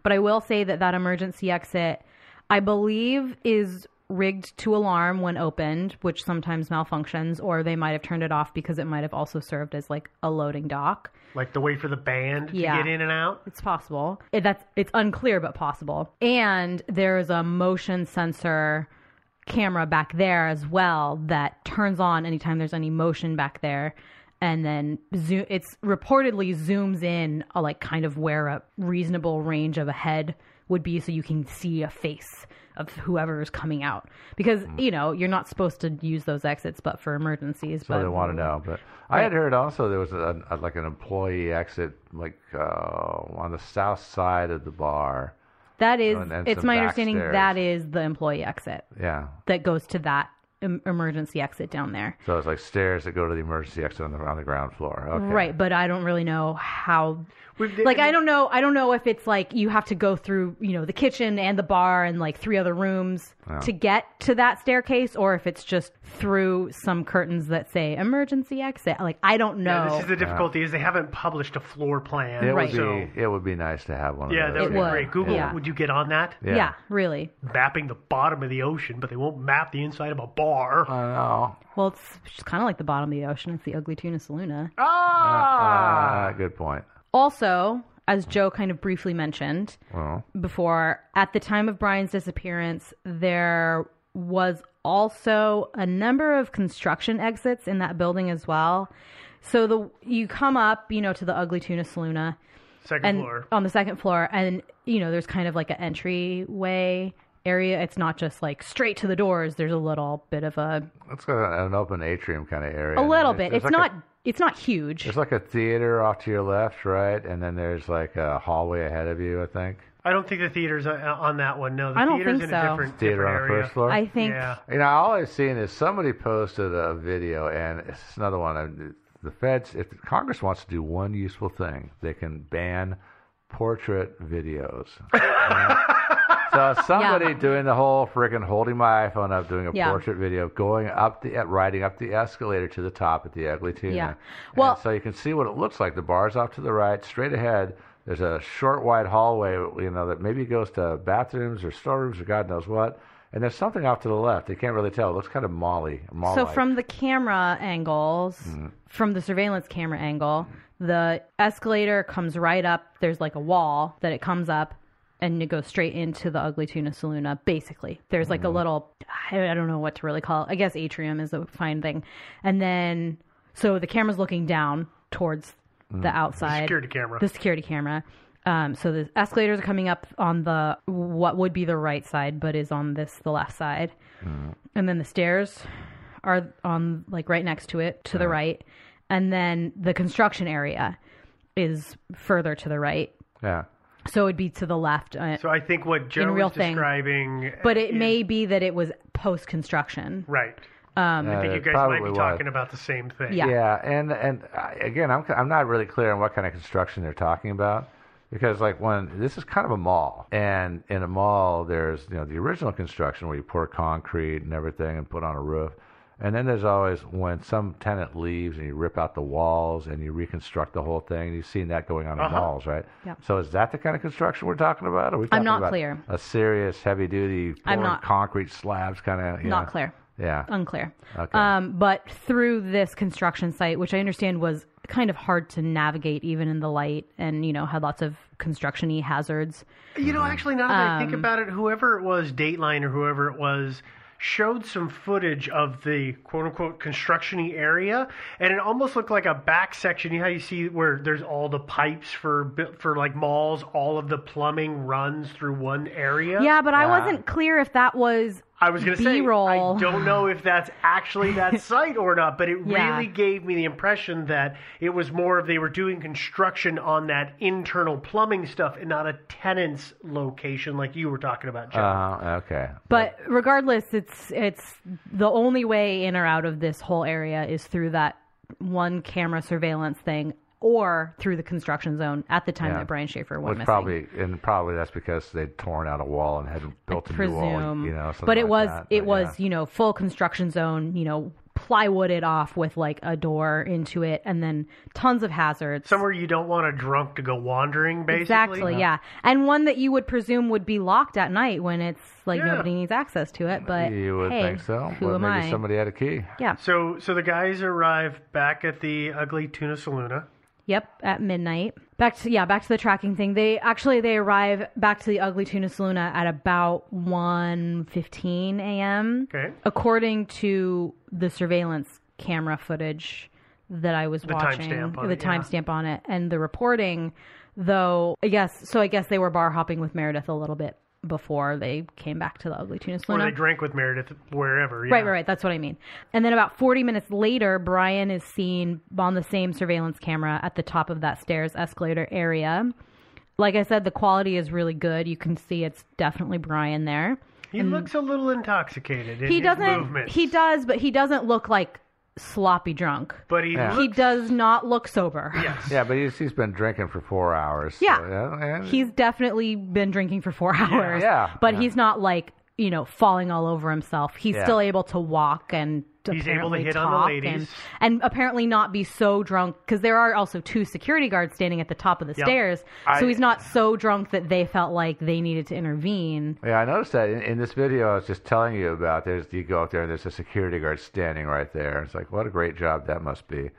Speaker 3: but I will say that that emergency exit, I believe, is rigged to alarm when opened, which sometimes malfunctions, or they might have turned it off because it might have also served as like a loading dock.
Speaker 1: Like the wait for the band
Speaker 3: Yeah.
Speaker 1: to get in and out.
Speaker 3: It's possible. It, that's it's unclear but possible. And there is a motion sensor camera back there as well that turns on anytime there's any motion back there and then zoom it's reportedly zooms in a like kind of where a reasonable range of a head would be so you can see a face of whoever is coming out because
Speaker 2: Hmm.
Speaker 3: you know you're not supposed to use those exits but for emergencies
Speaker 2: So
Speaker 3: but
Speaker 2: they want to know, but I had heard also there was a, a- like an employee exit, like uh, on the south side of the bar.
Speaker 3: that is
Speaker 2: and then
Speaker 3: it's
Speaker 2: some
Speaker 3: my
Speaker 2: back
Speaker 3: understanding
Speaker 2: stairs.
Speaker 3: that is the employee exit
Speaker 2: Yeah,
Speaker 3: that goes to that em- emergency exit down there.
Speaker 2: so it's like stairs that go to the emergency exit on the on the ground floor. Okay.
Speaker 3: Right, but I don't really know how
Speaker 1: We've,
Speaker 3: like I don't know I don't know if it's like you have to go through, you know, the kitchen and the bar and like three other rooms to get to that staircase or if it's just through some curtains that say emergency exit. Like I don't know.
Speaker 1: Yeah, this is the difficulty is they haven't published a floor plan.
Speaker 2: It
Speaker 3: Right.
Speaker 2: would
Speaker 1: So,
Speaker 2: be it would be nice to have one.
Speaker 1: yeah,
Speaker 2: of
Speaker 1: that
Speaker 2: those,
Speaker 1: would
Speaker 3: It
Speaker 1: be
Speaker 3: would,
Speaker 1: great. Google,
Speaker 3: yeah.
Speaker 1: would you get on that?
Speaker 3: yeah. really.
Speaker 1: Mapping the bottom of the ocean, but they won't map the inside of a bar.
Speaker 2: I know.
Speaker 3: Well, it's, it's kind of like the bottom of the ocean. It's the Ugly Tuna Saluna.
Speaker 1: ah!
Speaker 2: Ah, good point.
Speaker 3: Also, as Joe kind of briefly mentioned,
Speaker 2: Well,
Speaker 3: before. At the time of Brian's disappearance, there was also a number of construction exits in that building as well. So the you come up, you know, to the Ugly Tuna Saluna
Speaker 1: Second
Speaker 3: and
Speaker 1: floor.
Speaker 3: on the second floor and you know, there's kind of like an entryway area. It's not just like straight to the doors. There's a little bit of a
Speaker 2: It's got an open atrium kind of area.
Speaker 3: a little
Speaker 2: It's-
Speaker 3: bit. It's
Speaker 2: like a-
Speaker 3: not it's not huge.
Speaker 2: There's like a theater off to your left, right, and then there's like a hallway ahead of you. I think
Speaker 1: I don't think the theater's on- on that one. No, the
Speaker 3: I don't
Speaker 1: theater's
Speaker 3: think
Speaker 1: in a
Speaker 3: so.
Speaker 1: different,
Speaker 2: theater on
Speaker 1: different
Speaker 2: the
Speaker 1: area.
Speaker 2: first floor.
Speaker 3: I think
Speaker 1: Yeah.
Speaker 2: You know, all I've seen is somebody posted a video, and it's another one. uh, The feds, if Congress wants to do one useful thing, they can ban portrait videos. You know? so somebody
Speaker 3: Yeah.
Speaker 2: doing the whole freaking holding my iPhone up, doing a
Speaker 3: Yeah.
Speaker 2: portrait video, going up the riding up the escalator to the top at the Ugly Tuna.
Speaker 3: Yeah.
Speaker 2: And
Speaker 3: Well-
Speaker 2: so you can see what it looks like. The bar's off to the right, straight ahead. There's a short, wide hallway, you know, that maybe goes to bathrooms or storerooms or God knows what. And there's something off to the left. You can't really tell. It looks kind of molly. mall
Speaker 3: So from the camera angles, from the surveillance camera angle, the escalator comes right up. There's like a wall that it comes up and it goes straight into the Ugly Tuna Saluna, basically. There's like a little, I I don't know what to really call it. I guess atrium is a fine thing. And then, so the camera's looking down towards the outside.
Speaker 1: Security camera.
Speaker 3: The security camera. Um, so the escalators are coming up on the what would be the right side, but is on this the left side,
Speaker 1: Mm.
Speaker 3: and then the stairs are on like right next to it to the right, and then the construction area is further to the right.
Speaker 2: yeah.
Speaker 3: So it'd be to the left, uh,
Speaker 1: so I think what Joe
Speaker 3: In real
Speaker 1: is
Speaker 3: thing.
Speaker 1: describing.
Speaker 3: but it may be that it was post construction.
Speaker 1: Right.
Speaker 2: I
Speaker 1: Um, You guys might be talking about the same thing.
Speaker 3: Yeah.
Speaker 2: Yeah, and and I, again, I'm I'm not really clear on what kind of construction they're talking about because like when this is kind of a mall, and in a mall there's you know the original construction where you pour concrete and everything and put on a roof, and then there's always when some tenant leaves and you rip out the walls and you reconstruct the whole thing. You've seen that going on in
Speaker 3: Uh-huh.
Speaker 2: malls, right?
Speaker 3: Yeah.
Speaker 2: So is that the kind of construction we're talking about? Are we talking
Speaker 3: not
Speaker 2: about
Speaker 3: clear.
Speaker 2: A serious heavy duty pouring
Speaker 3: I'm not-
Speaker 2: concrete slabs kind of yeah.
Speaker 3: Not clear.
Speaker 2: Yeah.
Speaker 3: Unclear.
Speaker 2: Okay.
Speaker 3: Um, but through this construction site, which I understand was kind of hard to navigate even in the light and, you know, had lots of construction y hazards.
Speaker 1: You know, actually, now that I think
Speaker 3: Um,
Speaker 1: about it, whoever it was, Dateline or whoever it was, showed some footage of the quote unquote construction area, and it almost looked like a back section. You know how you see where there's all the pipes for bu- for like malls, all of the plumbing runs through one area.
Speaker 3: Yeah, but I wasn't clear if that was
Speaker 1: I was going to say,
Speaker 3: B-roll.
Speaker 1: I don't know if that's actually that site or not, but it
Speaker 3: Yeah.
Speaker 1: really gave me the impression that it was more of they were doing construction on that internal plumbing stuff and not a tenant's location like you were talking about, Jeff.
Speaker 2: Uh, okay.
Speaker 3: But regardless, it's it's the only way in or out of this whole area is through that one camera surveillance thing or through the construction zone at the time
Speaker 2: Yeah.
Speaker 3: that Brian Schaefer went
Speaker 2: Which
Speaker 3: missing.
Speaker 2: probably and probably that's because they'd torn out a wall and hadn't built a new wall.
Speaker 3: presume.
Speaker 2: You know, something
Speaker 3: but it
Speaker 2: like
Speaker 3: was
Speaker 2: that.
Speaker 3: it
Speaker 2: But
Speaker 3: was
Speaker 2: yeah.
Speaker 3: you know full construction zone. You know, plywooded off with like a door into it, and then tons of hazards.
Speaker 1: Somewhere you don't want a drunk to go wandering, basically.
Speaker 3: Exactly, yeah. And one that you would presume would be locked at night when it's like
Speaker 1: Yeah.
Speaker 3: nobody needs access to it. But
Speaker 2: you would
Speaker 3: hey,
Speaker 2: think so.
Speaker 3: Who
Speaker 2: but
Speaker 3: am
Speaker 2: maybe
Speaker 3: I?
Speaker 2: somebody had a key.
Speaker 3: Yeah.
Speaker 1: So, so the guys arrive back at the Ugly Tuna Saluna.
Speaker 3: Yep, at midnight. Back to yeah, back to the tracking thing. They actually they arrive back to the Ugly Tuna Saluna at about 1:15 a.m.
Speaker 1: Okay.
Speaker 3: According to the surveillance camera footage that I was watching,
Speaker 1: timestamp on
Speaker 3: the
Speaker 1: it, yeah.
Speaker 3: timestamp on it, and the reporting, though I guess so. I guess they were bar hopping with Meredith a little bit before they came back to the Ugly Tuna
Speaker 1: Or
Speaker 3: Saluna.
Speaker 1: they drank with Meredith wherever. Yeah.
Speaker 3: Right, right, right. That's what I mean. And then about 40 minutes later, Brian is seen on the same surveillance camera at the top of that stairs escalator area. Like I said, the quality is really good. You can see it's definitely Brian there.
Speaker 1: He looks a little intoxicated. In
Speaker 3: He
Speaker 1: his
Speaker 3: doesn't,
Speaker 1: movements.
Speaker 3: he does, but he doesn't look like sloppy drunk.
Speaker 1: But he
Speaker 2: Yeah.
Speaker 3: He does not look sober.
Speaker 1: yes.
Speaker 2: Yeah, but he's, he's been drinking for four hours. so,
Speaker 3: Yeah.
Speaker 2: yeah, and-
Speaker 3: He's definitely been drinking for four hours.
Speaker 2: Yeah.
Speaker 3: But he's not like, you know, falling all over himself. He's
Speaker 2: Yeah.
Speaker 3: still able to walk and
Speaker 1: He's able to
Speaker 3: apparently
Speaker 1: hit on
Speaker 3: talk
Speaker 1: the ladies.
Speaker 3: And, and apparently not be so drunk because there are also two security guards standing at the top of the stairs.
Speaker 2: I-
Speaker 3: so he's not so drunk that they felt like they needed to intervene.
Speaker 2: Yeah, I noticed that in, in this video I was just telling you about. There's you go up there and there's a security guard standing right there. It's like what a great job that must be.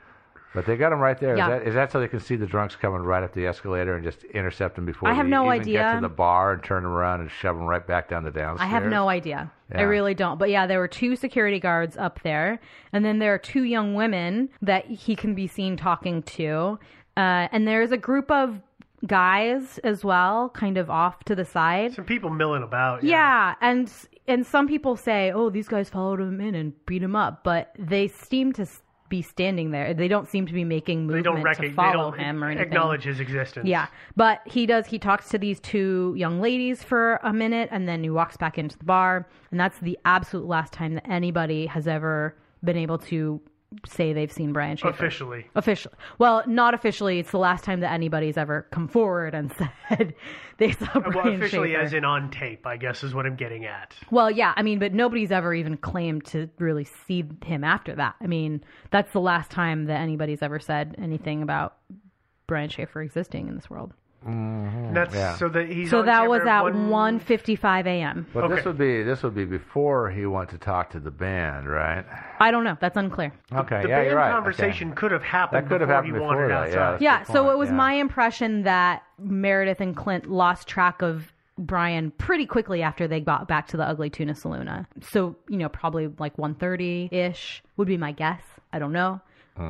Speaker 2: But they got him right there. Is
Speaker 3: Yeah.
Speaker 2: that, is that so they can see the drunks coming right up the escalator and just intercept them before
Speaker 3: I have
Speaker 2: they
Speaker 3: no
Speaker 2: even get to
Speaker 3: idea.
Speaker 2: the bar and turn them around and shove them right back down the downstairs?
Speaker 3: I have no idea. I
Speaker 2: Yeah.
Speaker 3: really don't. But yeah, there were two security guards up there, and then there are two young women that he can be seen talking to, uh, and there's a group of guys as well, kind of off to the side.
Speaker 1: Some people milling about.
Speaker 3: Yeah, and and some people say, "Oh, these guys followed him in and beat him up," but they seem to s- be standing there. They don't seem to be making
Speaker 1: They
Speaker 3: movement
Speaker 1: don't
Speaker 3: to
Speaker 1: recognize. They
Speaker 3: follow
Speaker 1: don't
Speaker 3: him or anything.
Speaker 1: acknowledge his existence.
Speaker 3: Yeah, but he does. He talks to these two young ladies for a minute, and then he walks back into the bar, and that's the absolute last time that anybody has ever been able to say they've seen Brian Schaefer.
Speaker 1: Officially.
Speaker 3: Officially. Well, not officially. It's the last time that anybody's ever come forward and said they saw Brian
Speaker 1: Well, officially,
Speaker 3: Schaefer.
Speaker 1: as in on tape, I guess is what I'm getting at.
Speaker 3: Well, yeah, I mean, but nobody's ever even claimed to really see him after that. I mean, that's the last time that anybody's ever said anything about Brian Schaefer existing in this world.
Speaker 1: That's
Speaker 2: Hmm, Yeah.
Speaker 1: so that he's
Speaker 3: So
Speaker 1: on
Speaker 3: that
Speaker 1: camera
Speaker 3: was at
Speaker 1: at one.
Speaker 3: 1:55 a.m.
Speaker 2: But this
Speaker 1: Okay.
Speaker 2: would be this would be before he went to talk to the band, right?
Speaker 3: I don't know. That's unclear.
Speaker 2: Okay,
Speaker 1: The
Speaker 2: yeah,
Speaker 1: band
Speaker 2: you're right.
Speaker 1: conversation could have happened.
Speaker 2: That could have
Speaker 1: before
Speaker 2: happened
Speaker 1: he
Speaker 2: before
Speaker 1: wandered
Speaker 2: that, yeah.
Speaker 1: outside.
Speaker 3: Yeah,
Speaker 2: good
Speaker 3: so
Speaker 2: point,
Speaker 3: it was
Speaker 2: yeah.
Speaker 3: my impression that Meredith and Clint lost track of Brian pretty quickly after they got back to the Ugly Tuna Saluna. So, you know, probably like 1.30-ish would be my guess. I don't know.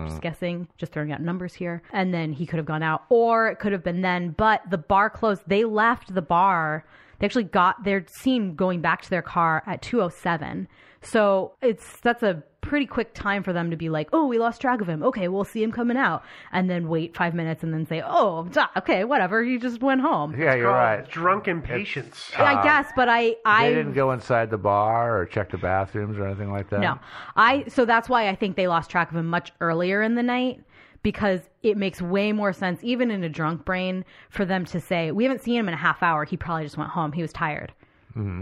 Speaker 3: Just guessing, just throwing out numbers here. And then he could have gone out, or it could have been then. But the bar closed. They left the bar. They actually got their seen going back to their car at 2:07. So it's that's a pretty quick time for them to be like, "Oh, we lost track of him. Okay, we'll see him coming out," and then wait five minutes and then say, "Oh, duh, okay, whatever. He just went home."
Speaker 2: Yeah, you're
Speaker 1: Oh,
Speaker 2: right.
Speaker 1: Drunken patience.
Speaker 3: I guess, but I I
Speaker 2: They didn't go inside the bar or check the bathrooms or anything like that.
Speaker 3: No, I. So that's why I think they lost track of him much earlier in the night because it makes way more sense, even in a drunk brain, for them to say we haven't seen him in a half hour. He probably just went home. He was tired.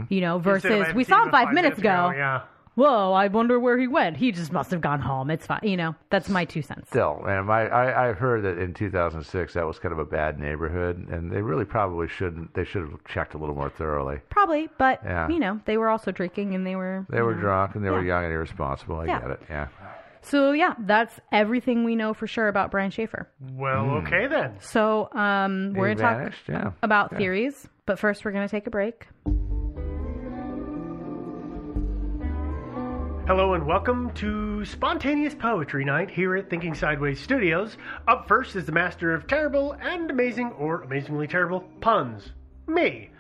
Speaker 3: You
Speaker 1: Instead
Speaker 3: know,
Speaker 1: of
Speaker 3: versus
Speaker 1: having
Speaker 3: we
Speaker 1: seen
Speaker 3: saw him five minutes ago.
Speaker 1: Yeah.
Speaker 3: Whoa, I wonder where he went. He just must have gone home. It's fine. You know, that's my two cents.
Speaker 2: Still, and my, I, I've heard that in 2006 that was kind of a bad neighborhood, and they really probably shouldn't. They should have checked a little more thoroughly.
Speaker 3: Probably, but
Speaker 2: Yeah.
Speaker 3: you know, they were also drinking and they were.
Speaker 2: They
Speaker 3: you
Speaker 2: were
Speaker 3: know.
Speaker 2: drunk and they were
Speaker 3: Yeah.
Speaker 2: young and irresponsible. I
Speaker 3: Yeah.
Speaker 2: get it. Yeah.
Speaker 3: So yeah, that's everything we know for sure about Brian Schaefer.
Speaker 1: Well,
Speaker 2: Hmm.
Speaker 1: okay then.
Speaker 3: So um, we're
Speaker 2: He
Speaker 3: gonna talk uh,
Speaker 2: vanished, yeah.
Speaker 3: about theories, but first we're gonna take a break.
Speaker 1: Hello and welcome to Spontaneous Poetry Night here at Thinking Sideways Studios. Up first is the master of terrible and amazing or amazingly terrible puns, me.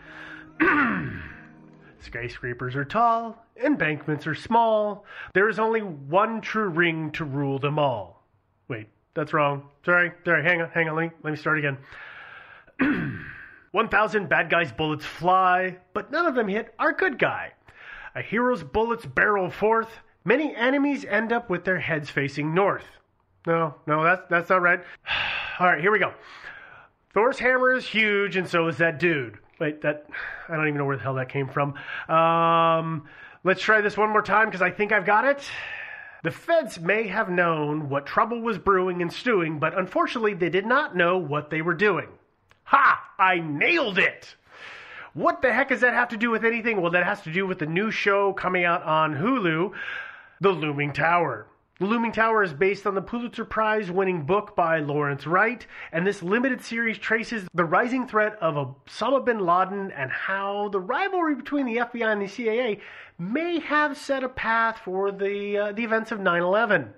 Speaker 1: Skyscrapers are tall, embankments are small. There is only one true ring to rule them all. Wait, that's wrong. Sorry, sorry, hang on, hang on, let me, let me start again. 1,000 bad guys' bullets fly, but none of them hit our good guy. A hero's bullets barrel forth. Many enemies end up with their heads facing north. No, no, that's that's not right. All right, here we go. Thor's hammer is huge, and so is that dude. Wait, that I don't even know where the hell that came from. Um, let's try this one more time because I think I've got it. The feds may have known what trouble was brewing and stewing, but unfortunately, they did not know what they were doing. Ha! I nailed it! What the heck does that have to do with anything? Well, that has to do with the new show coming out on Hulu, The Looming Tower. The Looming Tower is based on the Pulitzer Prize winning book by Lawrence Wright, and this limited series traces the rising threat of Osama bin Laden and how the rivalry between the FBI and the CIA may have set a path for the, uh, the events of 9 11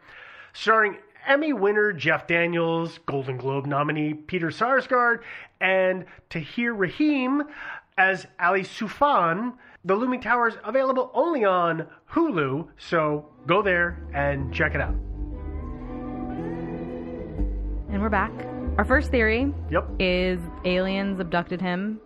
Speaker 1: starring Emmy winner Jeff Daniels, Golden Globe nominee Peter Sarsgaard, and Tahir Rahim as Ali Sufan. The Looming Tower is available only on Hulu, so go there and check it out.
Speaker 3: And we're back. Our first theory
Speaker 1: Yep.
Speaker 3: is aliens abducted him.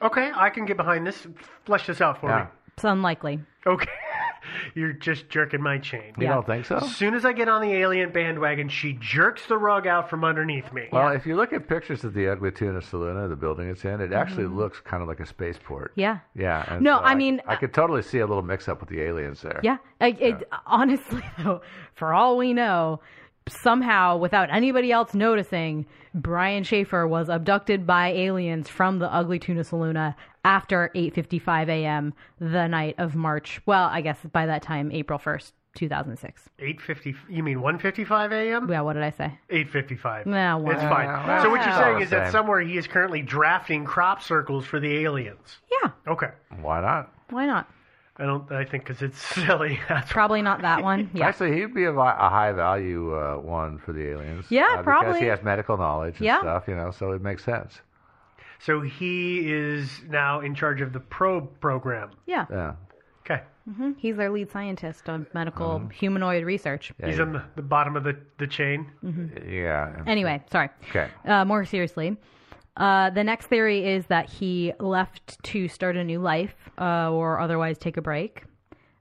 Speaker 1: Okay, I can get behind this. Flesh this out for
Speaker 2: Yeah.
Speaker 1: me.
Speaker 3: It's unlikely.
Speaker 1: Okay. You're just jerking my chain.
Speaker 2: You
Speaker 3: Yeah.
Speaker 2: don't think so?
Speaker 1: As soon as I get on the alien bandwagon, she jerks the rug out from underneath me.
Speaker 2: Well, if you look at pictures of the Ugly Tuna Saluna, the building it's in, it actually
Speaker 3: Mm-hmm.
Speaker 2: looks kind of like a spaceport.
Speaker 3: Yeah.
Speaker 2: Yeah. and
Speaker 3: No,
Speaker 2: so
Speaker 3: I mean,
Speaker 2: I could totally see a little mix up with the aliens there.
Speaker 3: Yeah. I, it, honestly, though, for all we know, somehow, without anybody else noticing, Brian Schaefer was abducted by aliens from the Ugly Tuna Saluna after 8.55 a.m. the night of March. Well, I guess by that time, April 1st, 2006.
Speaker 1: 850 you mean 155 a.m
Speaker 3: Yeah, what did I say?
Speaker 1: 855
Speaker 3: Nah, wow.
Speaker 1: it's fine
Speaker 2: Wow.
Speaker 1: so what you're
Speaker 2: Wow.
Speaker 1: saying is that
Speaker 2: Same.
Speaker 1: somewhere he is currently drafting crop circles for the aliens
Speaker 3: Yeah,
Speaker 1: okay
Speaker 2: Why not?
Speaker 3: why not?
Speaker 1: i don't i think because it's silly That's
Speaker 3: Probably not that one. Yeah.
Speaker 2: Actually, he'd be a, vi- a high value uh, one for the aliens.
Speaker 3: Yeah,
Speaker 2: uh, Because
Speaker 3: probably.
Speaker 2: he has medical knowledge and
Speaker 3: Yeah.
Speaker 2: stuff, you know, so it makes sense.
Speaker 1: So he is now in charge of the probe program.
Speaker 3: Yeah.
Speaker 2: Yeah.
Speaker 1: Okay.
Speaker 3: hmm He's their lead scientist on medical humanoid research.
Speaker 2: yeah
Speaker 1: He's
Speaker 2: you-
Speaker 1: on the, the bottom of the, the chain.
Speaker 3: Mm.
Speaker 2: Yeah.
Speaker 3: Anyway, sorry.
Speaker 2: Okay.
Speaker 3: Uh, more seriously, uh, the next theory is that he left to start a new life uh, or otherwise take a break.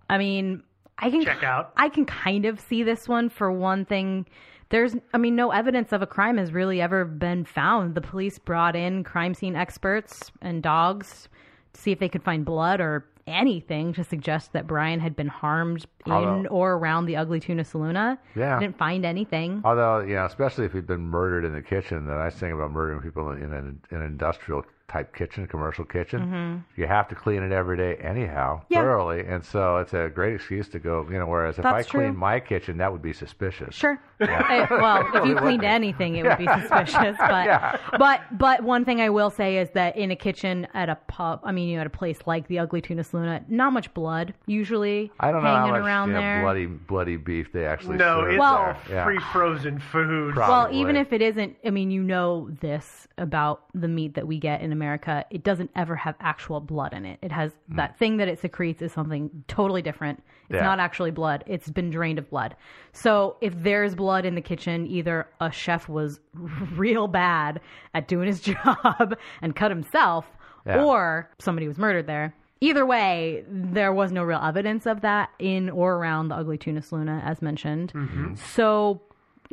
Speaker 3: I mean, I can
Speaker 1: Check out.
Speaker 3: I can kind of see this one for one thing. There's, I mean, no evidence of a crime has really ever been found. The police brought in crime scene experts and dogs to see if they could find blood or anything to suggest that Brian had been harmed in
Speaker 2: Although-
Speaker 3: or around the Ugly Tuna Saluna.
Speaker 2: Yeah.
Speaker 3: Didn't find anything.
Speaker 2: Although, you know, especially if he'd been murdered in the kitchen, then I was thinking about murdering people in an, an industrial type kitchen, commercial kitchen. You have to clean it every day anyhow,
Speaker 3: Mm-hmm. Yeah.
Speaker 2: thoroughly. And so it's a great excuse to go, you know, whereas if
Speaker 3: That's
Speaker 2: I
Speaker 3: true.
Speaker 2: cleaned my kitchen, that would be suspicious.
Speaker 3: Sure. I- well, if you cleaned anything, it would be suspicious. But but but one thing I will say is that in a kitchen at a pub, I mean, you know, at a place like the Ugly Tuna Saluna, not much blood usually
Speaker 2: I don't know
Speaker 3: hanging
Speaker 2: how much
Speaker 3: around
Speaker 2: you know,
Speaker 3: there.
Speaker 2: bloody bloody beef they actually
Speaker 1: No,
Speaker 2: serve
Speaker 1: it's
Speaker 3: Well-
Speaker 1: all
Speaker 2: there. Yeah.
Speaker 1: free frozen food.
Speaker 2: Probably.
Speaker 3: well, even if it isn't, I mean, you know this about the meat that we get in America. It doesn't ever have actual blood in it. It has that thing that it secretes is something totally different. It's
Speaker 2: Mm. Yeah.
Speaker 3: not actually blood. It's been drained of blood. So if there's blood in the kitchen, either a chef was real bad at doing his job and cut himself,
Speaker 2: Yeah.
Speaker 3: or somebody was murdered there. Either way, there was no real evidence of that in or around the Ugly Tuna Saluna, as mentioned. So,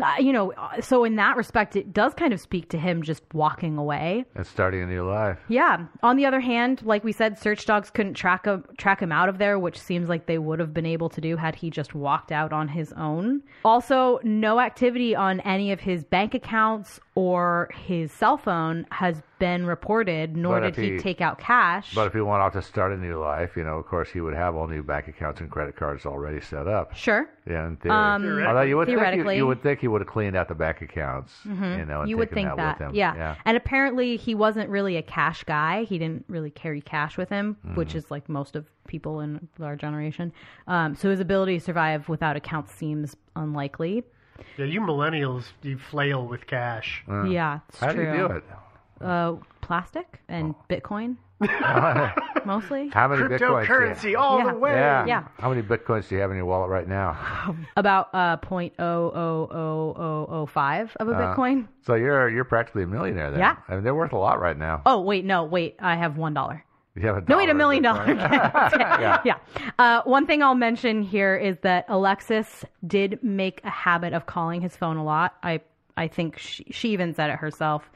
Speaker 3: uh, you know, uh, so in that respect, it does kind of speak to him just walking away.
Speaker 2: and starting a new life.
Speaker 3: Yeah. On the other hand, like we said, search dogs couldn't track him, track him out of there, which seems like they would have been able to do had he just walked out on his own. Also, no activity on any of his bank accounts or his cell phone has been reported,
Speaker 2: But
Speaker 3: nor did
Speaker 2: if
Speaker 3: he,
Speaker 2: he-
Speaker 3: take out cash.
Speaker 2: But if he went off to start a new life, you know, of course, he would have all new bank accounts and credit cards already set up.
Speaker 3: sure.
Speaker 2: Yeah, in theory.
Speaker 3: Um,
Speaker 2: Although you would think you,
Speaker 3: Theoretically. Mm-hmm.
Speaker 2: you would think he would have cleaned out the bank accounts, you know, and
Speaker 3: you would
Speaker 2: taken
Speaker 3: think
Speaker 2: that,
Speaker 3: that,
Speaker 2: with him.
Speaker 3: Yeah. and apparently he wasn't really a cash guy he didn't really carry cash with him
Speaker 2: Mm.
Speaker 3: which is like most of people in our generation um, so his ability to survive without accounts seems unlikely
Speaker 1: Yeah, you millennials, you flail with cash.
Speaker 3: yeah it's
Speaker 2: How
Speaker 3: true
Speaker 2: do you do it? Oh.
Speaker 3: Uh, plastic and bitcoin mostly
Speaker 2: How many bitcoins? Do
Speaker 1: Cryptocurrency
Speaker 2: you
Speaker 1: all
Speaker 3: Yeah.
Speaker 1: the way.
Speaker 2: yeah.
Speaker 3: Yeah.
Speaker 2: How many bitcoins do you have in your wallet right now?
Speaker 3: about uh, 0.00005 of
Speaker 2: Uh.
Speaker 3: a bitcoin
Speaker 2: So you're you're practically a millionaire then.
Speaker 3: Yeah.
Speaker 2: I mean, they're worth a lot right now.
Speaker 3: oh wait no wait i have one dollar
Speaker 2: You have a
Speaker 3: No, wait,
Speaker 2: dollar
Speaker 3: a
Speaker 2: in
Speaker 3: million
Speaker 2: Bitcoin.
Speaker 3: dollar. yeah. Uh, one thing I'll mention here is that Alexis did make a habit of calling his phone a lot. I I think she, she even said it herself.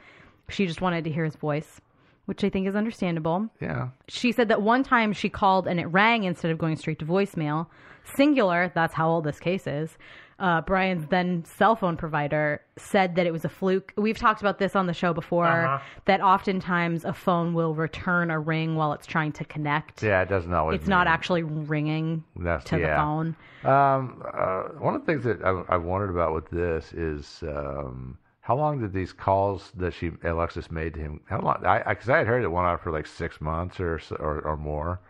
Speaker 3: She just wanted to hear his voice, which I think is understandable.
Speaker 2: Yeah.
Speaker 3: She said that one time she called and it rang instead of going straight to voicemail. Singular, that's how old this case is. Uh, Brian's then cell phone provider said that it was a fluke. We've talked about this on the show before
Speaker 2: Uh-huh.
Speaker 3: that oftentimes a phone will return a ring while it's trying to connect.
Speaker 2: Yeah, it doesn't always.
Speaker 3: It's not
Speaker 2: mean-
Speaker 3: actually ringing
Speaker 2: That's-
Speaker 3: to the
Speaker 2: yeah.
Speaker 3: phone.
Speaker 2: Um, uh, one of the things that I, I've wondered about with this is um, how long did these calls that she Alexis made to him? How long? I because I, had heard it went on for like six months or so- or, or more.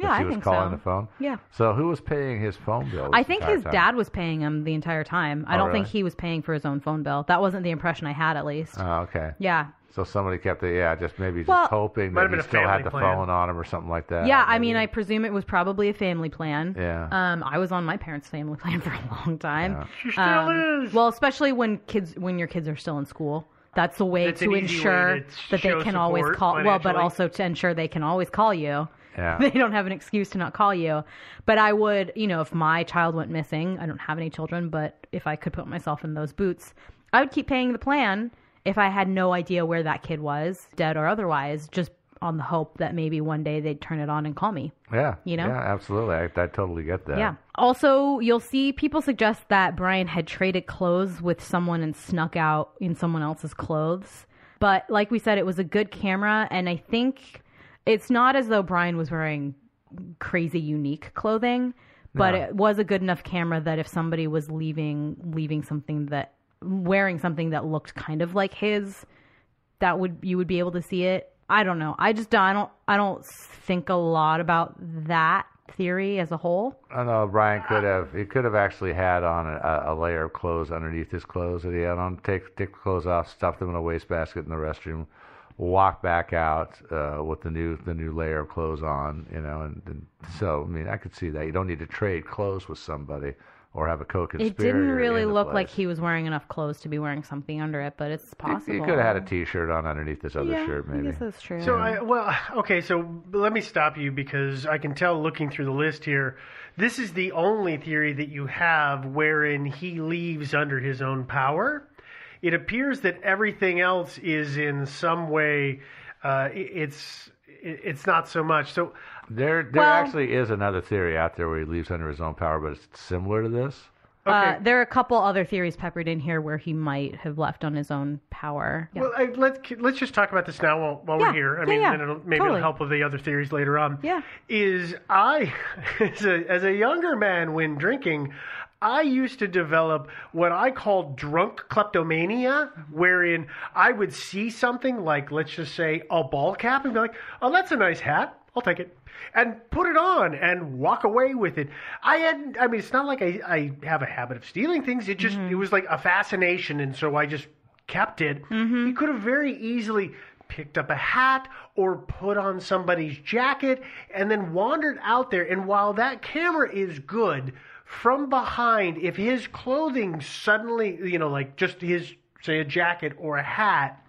Speaker 2: that
Speaker 3: Yeah,
Speaker 2: she
Speaker 3: I
Speaker 2: was
Speaker 3: think
Speaker 2: calling
Speaker 3: so.
Speaker 2: the phone.
Speaker 3: Yeah.
Speaker 2: So who was paying his phone bill?
Speaker 3: I
Speaker 2: this
Speaker 3: think
Speaker 2: entire
Speaker 3: his
Speaker 2: time?
Speaker 3: dad was paying him the entire time. I
Speaker 2: Oh,
Speaker 3: don't think
Speaker 2: really?
Speaker 3: he was paying for his own phone bill. That wasn't the impression I had, at least.
Speaker 2: Oh, okay.
Speaker 3: yeah.
Speaker 2: So somebody kept it. Yeah, just maybe just
Speaker 3: Well-
Speaker 2: hoping
Speaker 1: Might have
Speaker 2: that he
Speaker 1: been a
Speaker 2: still
Speaker 1: family
Speaker 2: had the
Speaker 1: plan.
Speaker 2: phone on him or something like that.
Speaker 3: Yeah, I mean, I presume it was probably a family plan.
Speaker 2: Yeah.
Speaker 3: Um, I was on my parents' family plan for a long time.
Speaker 1: She still
Speaker 3: Um,
Speaker 1: is.
Speaker 3: Well, especially when kids when your kids are still in school. That's the way
Speaker 1: That's
Speaker 3: to
Speaker 1: an easy
Speaker 3: ensure
Speaker 1: way to
Speaker 3: that they
Speaker 1: show
Speaker 3: can always
Speaker 1: support
Speaker 3: call. Well, but
Speaker 1: financially.
Speaker 3: also to ensure they can always call you.
Speaker 2: Yeah.
Speaker 3: They don't have an excuse to not call you. But I would, you know, if my child went missing, I don't have any children, but if I could put myself in those boots, I would keep paying the plan if I had no idea where that kid was, dead or otherwise, just on the hope that maybe one day they'd turn it on and call me.
Speaker 2: Yeah.
Speaker 3: you know?
Speaker 2: Yeah, absolutely. I, I totally get that.
Speaker 3: Yeah. Also, you'll see people suggest that Brian had traded clothes with someone and snuck out in someone else's clothes. But like we said, it was a good camera, and I think it's not as though Brian was wearing crazy unique clothing, but
Speaker 2: Yeah.
Speaker 3: it was a good enough camera that if somebody was leaving leaving something that wearing something that looked kind of like his that would you would be able to see it i don't know i just don't i don't i don't think a lot about that theory as a whole
Speaker 2: I don't know. Brian could have. He could have actually had on a, a layer of clothes underneath his clothes that he had on. Take take the clothes off, stuff them in a wastebasket in the restroom, walk back out uh, with the new the new layer of clothes on. You know, and, and so I mean, I could see that. You don't need to trade clothes with somebody or have a co-conspirator.
Speaker 3: it didn't really
Speaker 2: in the
Speaker 3: look like
Speaker 2: place.
Speaker 3: he was wearing enough clothes to be wearing something under it but it's possible
Speaker 2: He, could have had a T-shirt on underneath this other
Speaker 3: yeah,
Speaker 2: shirt,
Speaker 3: I
Speaker 2: maybe.
Speaker 3: guess that's true
Speaker 1: So I well okay so let me stop you because I can tell looking through the list here this is the only theory that you have wherein he leaves under his own power. It appears that everything else is in some way uh, i- it's i- it's not so much. So
Speaker 2: There, there
Speaker 3: Well-
Speaker 2: actually is another theory out there where he leaves under his own power, but it's similar to this.
Speaker 1: okay.
Speaker 3: Uh, there are a couple other theories peppered in here where he might have left on his own power. Yeah.
Speaker 1: Well, I, let's let's just talk about this now while, while
Speaker 3: Yeah.
Speaker 1: we're here. I
Speaker 3: Yeah,
Speaker 1: mean,
Speaker 3: yeah.
Speaker 1: then it'll, maybe
Speaker 3: Totally.
Speaker 1: it'll help with the other theories later on.
Speaker 3: Yeah.
Speaker 1: Is I as a, as a younger man when drinking, I used to develop what I called drunk kleptomania, wherein I would see something like let's just say a ball cap and be like, oh, that's a nice hat. I'll take it. And put it on and walk away with it. I had, I mean, it's not like I, I have a habit of stealing things. It just,
Speaker 3: Mm-hmm.
Speaker 1: it was like a fascination. And so I just kept it, he could have very easily picked up a hat or put on somebody's jacket and then wandered out there. And while that camera is good, from behind, if his clothing suddenly, you know, like just his, say, a jacket or a hat,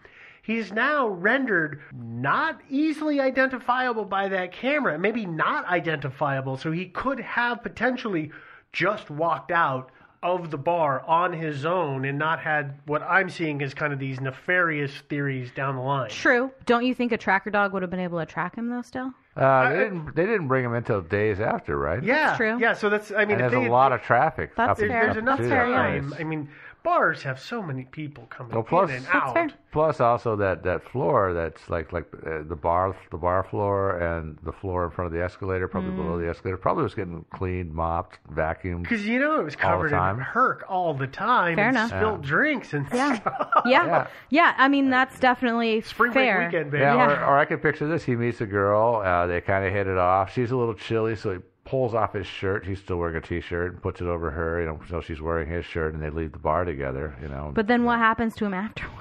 Speaker 1: he's now rendered not easily identifiable by that camera, maybe not identifiable. So he could have potentially just walked out of the bar on his own and not had what I'm seeing as kind of these nefarious theories down the line.
Speaker 3: True. Don't you think a tracker dog would have been able to track him though? Still,
Speaker 2: Uh, they didn't. They didn't bring him until days after, right?
Speaker 1: Yeah,
Speaker 3: true.
Speaker 1: Yeah, so that's I mean,
Speaker 2: And
Speaker 1: if
Speaker 2: there's
Speaker 1: they-
Speaker 2: a lot of traffic.
Speaker 3: That's
Speaker 2: up
Speaker 1: there's,
Speaker 2: and-
Speaker 3: fair.
Speaker 2: up
Speaker 1: there's enough
Speaker 2: through
Speaker 3: fair,
Speaker 2: that
Speaker 3: yeah.
Speaker 1: time.
Speaker 2: place.
Speaker 1: I mean, bars have so many people coming
Speaker 2: Well, plus-
Speaker 1: in and
Speaker 2: That's
Speaker 1: out.
Speaker 3: fair.
Speaker 2: Plus, also that that floor that's like like uh, the bar the bar floor and the floor in front of the escalator, probably below the escalator, probably was getting cleaned, mopped, vacuumed.
Speaker 1: Because you know it was covered in
Speaker 2: time.
Speaker 1: herc all the time,
Speaker 3: Fair
Speaker 1: and
Speaker 3: enough.
Speaker 1: spilled drinks and stuff.
Speaker 3: yeah,
Speaker 2: Yeah.
Speaker 3: yeah. I mean, that's definitely
Speaker 1: Spring
Speaker 3: fair.
Speaker 1: break weekend, baby.
Speaker 2: Yeah,
Speaker 3: Yeah.
Speaker 2: Or, or I could picture this: he meets a girl, uh, they kind of hit it off. She's a little chilly, so he pulls off his shirt. He's still wearing a t-shirt and puts it over her, you know, so she's wearing his shirt, and they leave the bar together, you know.
Speaker 3: But then what happens to him afterwards?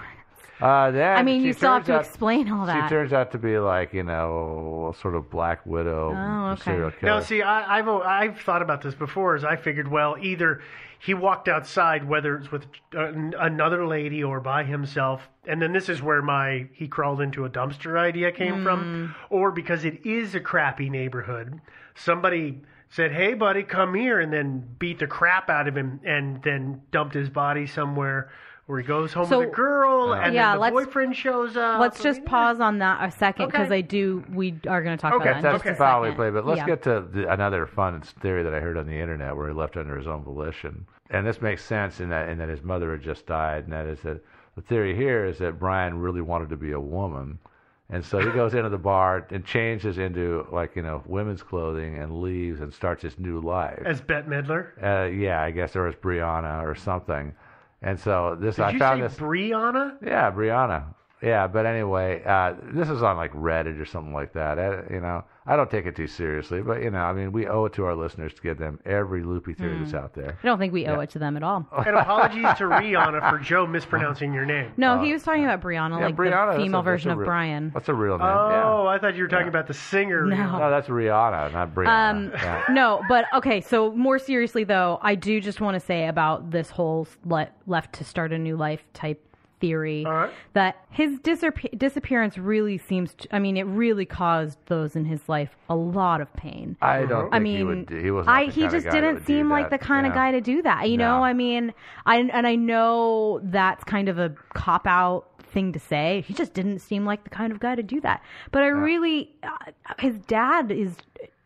Speaker 2: uh, then
Speaker 3: I mean,
Speaker 2: she
Speaker 3: you still
Speaker 2: turns
Speaker 3: have to
Speaker 2: out-
Speaker 3: explain all that.
Speaker 2: She turns out to be like you know sort of black widow
Speaker 3: Oh, okay.
Speaker 2: serial killer.
Speaker 1: No, see, I, I've I've thought about this before. As I figured, well, either he walked outside, whether it's with uh, an- another lady or by himself, and then this is where my he crawled into a dumpster idea came
Speaker 3: Mm.
Speaker 1: from, or because it is a crappy neighborhood, somebody said, "Hey, buddy, come here," and then beat the crap out of him, and then dumped his body somewhere. Where he goes home
Speaker 3: So-
Speaker 1: with a girl, and
Speaker 3: Yeah,
Speaker 1: then the
Speaker 3: let's-
Speaker 1: boyfriend shows up.
Speaker 3: Let's
Speaker 1: I
Speaker 3: just
Speaker 1: mean,
Speaker 3: pause on that a second because
Speaker 1: Okay.
Speaker 3: I do. We are going to talk
Speaker 1: Okay,
Speaker 3: about that.
Speaker 2: That's
Speaker 3: in just a
Speaker 2: foul we
Speaker 3: second.
Speaker 2: play, but let's
Speaker 3: Yeah.
Speaker 2: get to the, another fun theory that I heard on the internet where he left under his own volition. And this makes sense in that, in that his mother had just died, and that is that the theory here is that Brian really wanted to be a woman. And so he goes into the bar and changes into, like, you know, women's clothing and leaves and starts his new life.
Speaker 1: as Bette Midler.
Speaker 2: Uh, yeah, I guess there was Brianna or something. And so this,
Speaker 1: Did
Speaker 2: I
Speaker 1: you
Speaker 2: found
Speaker 1: say
Speaker 2: this.
Speaker 1: Brianna?
Speaker 2: Yeah, Brianna. Yeah, but anyway, uh, this is on like Reddit or something like that. I, you know, I don't take it too seriously, but you know, I mean, we owe it to our listeners to give them every loopy theory
Speaker 3: Hmm.
Speaker 2: that's out there.
Speaker 3: I don't think we owe it to them at all.
Speaker 1: And apologies to Rihanna for Joe mispronouncing your name.
Speaker 3: No, he was talking about Brianna,
Speaker 2: Uh, Yeah,
Speaker 3: like
Speaker 2: Brianna, that's
Speaker 3: the
Speaker 2: a-
Speaker 3: female
Speaker 2: that's a
Speaker 3: version of
Speaker 2: real-
Speaker 3: Brian.
Speaker 2: That's a real name.
Speaker 1: Oh, I thought you were talking about the singer.
Speaker 3: No.
Speaker 2: yeah.
Speaker 1: Rihanna.
Speaker 2: No, that's Rihanna, not Brianna.
Speaker 3: Um,
Speaker 2: Yeah.
Speaker 3: no, but okay. So more seriously though, I do just want to say about this whole le- left to start a new life type theory
Speaker 1: All right.
Speaker 3: that his disap- disappearance really seems. To, I mean, it really caused those in his life a lot of pain.
Speaker 2: I don't. Think
Speaker 3: I
Speaker 2: he,
Speaker 3: mean,
Speaker 2: would do, he was.
Speaker 3: I he just didn't seem like the kind of guy to do that. You
Speaker 2: No.
Speaker 3: know, I mean, I and I know that's kind of a cop out thing to say. He just didn't seem like the kind of guy to do that. But I really, uh, his dad is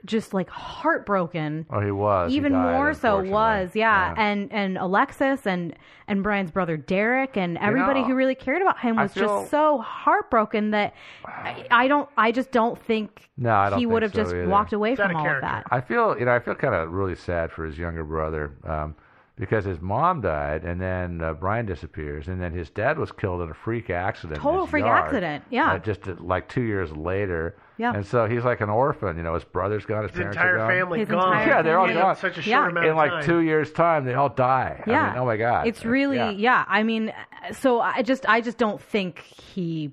Speaker 3: just like heartbroken.
Speaker 2: Oh, he was. He
Speaker 3: Even
Speaker 2: died,
Speaker 3: more so
Speaker 2: unfortunately.
Speaker 3: was, yeah. And and Alexis and and Brian's brother Derek and everybody
Speaker 2: know,
Speaker 3: who really cared about him
Speaker 2: I
Speaker 3: was
Speaker 2: feel-
Speaker 3: just so heartbroken that I, I don't I just don't think
Speaker 2: No, I don't
Speaker 3: he
Speaker 2: think
Speaker 3: would have
Speaker 2: so
Speaker 3: just
Speaker 2: either.
Speaker 3: walked away
Speaker 1: It's out
Speaker 3: from
Speaker 1: of
Speaker 3: all of
Speaker 1: character.
Speaker 3: that.
Speaker 2: I feel you know I feel kind of really sad for his younger brother um, because his mom died and then uh, Brian disappears and then his dad was killed in a freak accident. in
Speaker 3: Total
Speaker 2: his
Speaker 3: freak
Speaker 2: yard,
Speaker 3: accident, yeah.
Speaker 2: uh, just uh, like two years later.
Speaker 3: Yeah.
Speaker 2: And so he's like an orphan. You know, his brother's gone, his,
Speaker 1: His
Speaker 2: parents
Speaker 1: entire
Speaker 2: are gone.
Speaker 1: family
Speaker 3: His
Speaker 1: gone.
Speaker 3: entire
Speaker 2: Yeah, they're all
Speaker 1: in
Speaker 2: gone.
Speaker 1: Such a short
Speaker 3: Yeah.
Speaker 1: amount
Speaker 2: In
Speaker 1: of
Speaker 2: like
Speaker 1: time.
Speaker 2: two years' time, they all die. I
Speaker 3: Yeah.
Speaker 2: mean, oh my god.
Speaker 3: It's really yeah.
Speaker 2: yeah.
Speaker 3: I mean, uh, so I just I just don't think he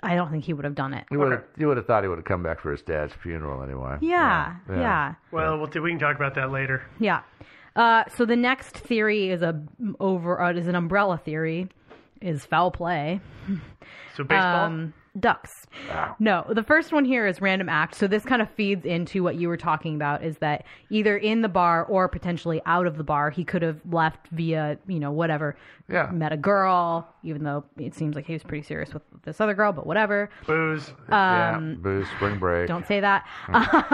Speaker 3: I don't think he would have done it.
Speaker 2: You would have you would have thought he would have come back for his dad's funeral anyway.
Speaker 3: Yeah. Yeah. yeah.
Speaker 1: Well, we'll do, we can talk about that later.
Speaker 3: Yeah. Uh, so the next theory is a over uh, is an umbrella theory, is foul play.
Speaker 1: So baseball.
Speaker 3: Um, ducks. No, the first one here is random act. So this kind of feeds into what you were talking about is that either in the bar or potentially out of the bar, he could have left via you know whatever.
Speaker 2: Yeah.
Speaker 3: Met a girl, even though it seems like he was pretty serious with this other girl, but whatever.
Speaker 1: booze.
Speaker 3: uh,
Speaker 2: Yeah. Booze, spring break.
Speaker 3: Don't say that.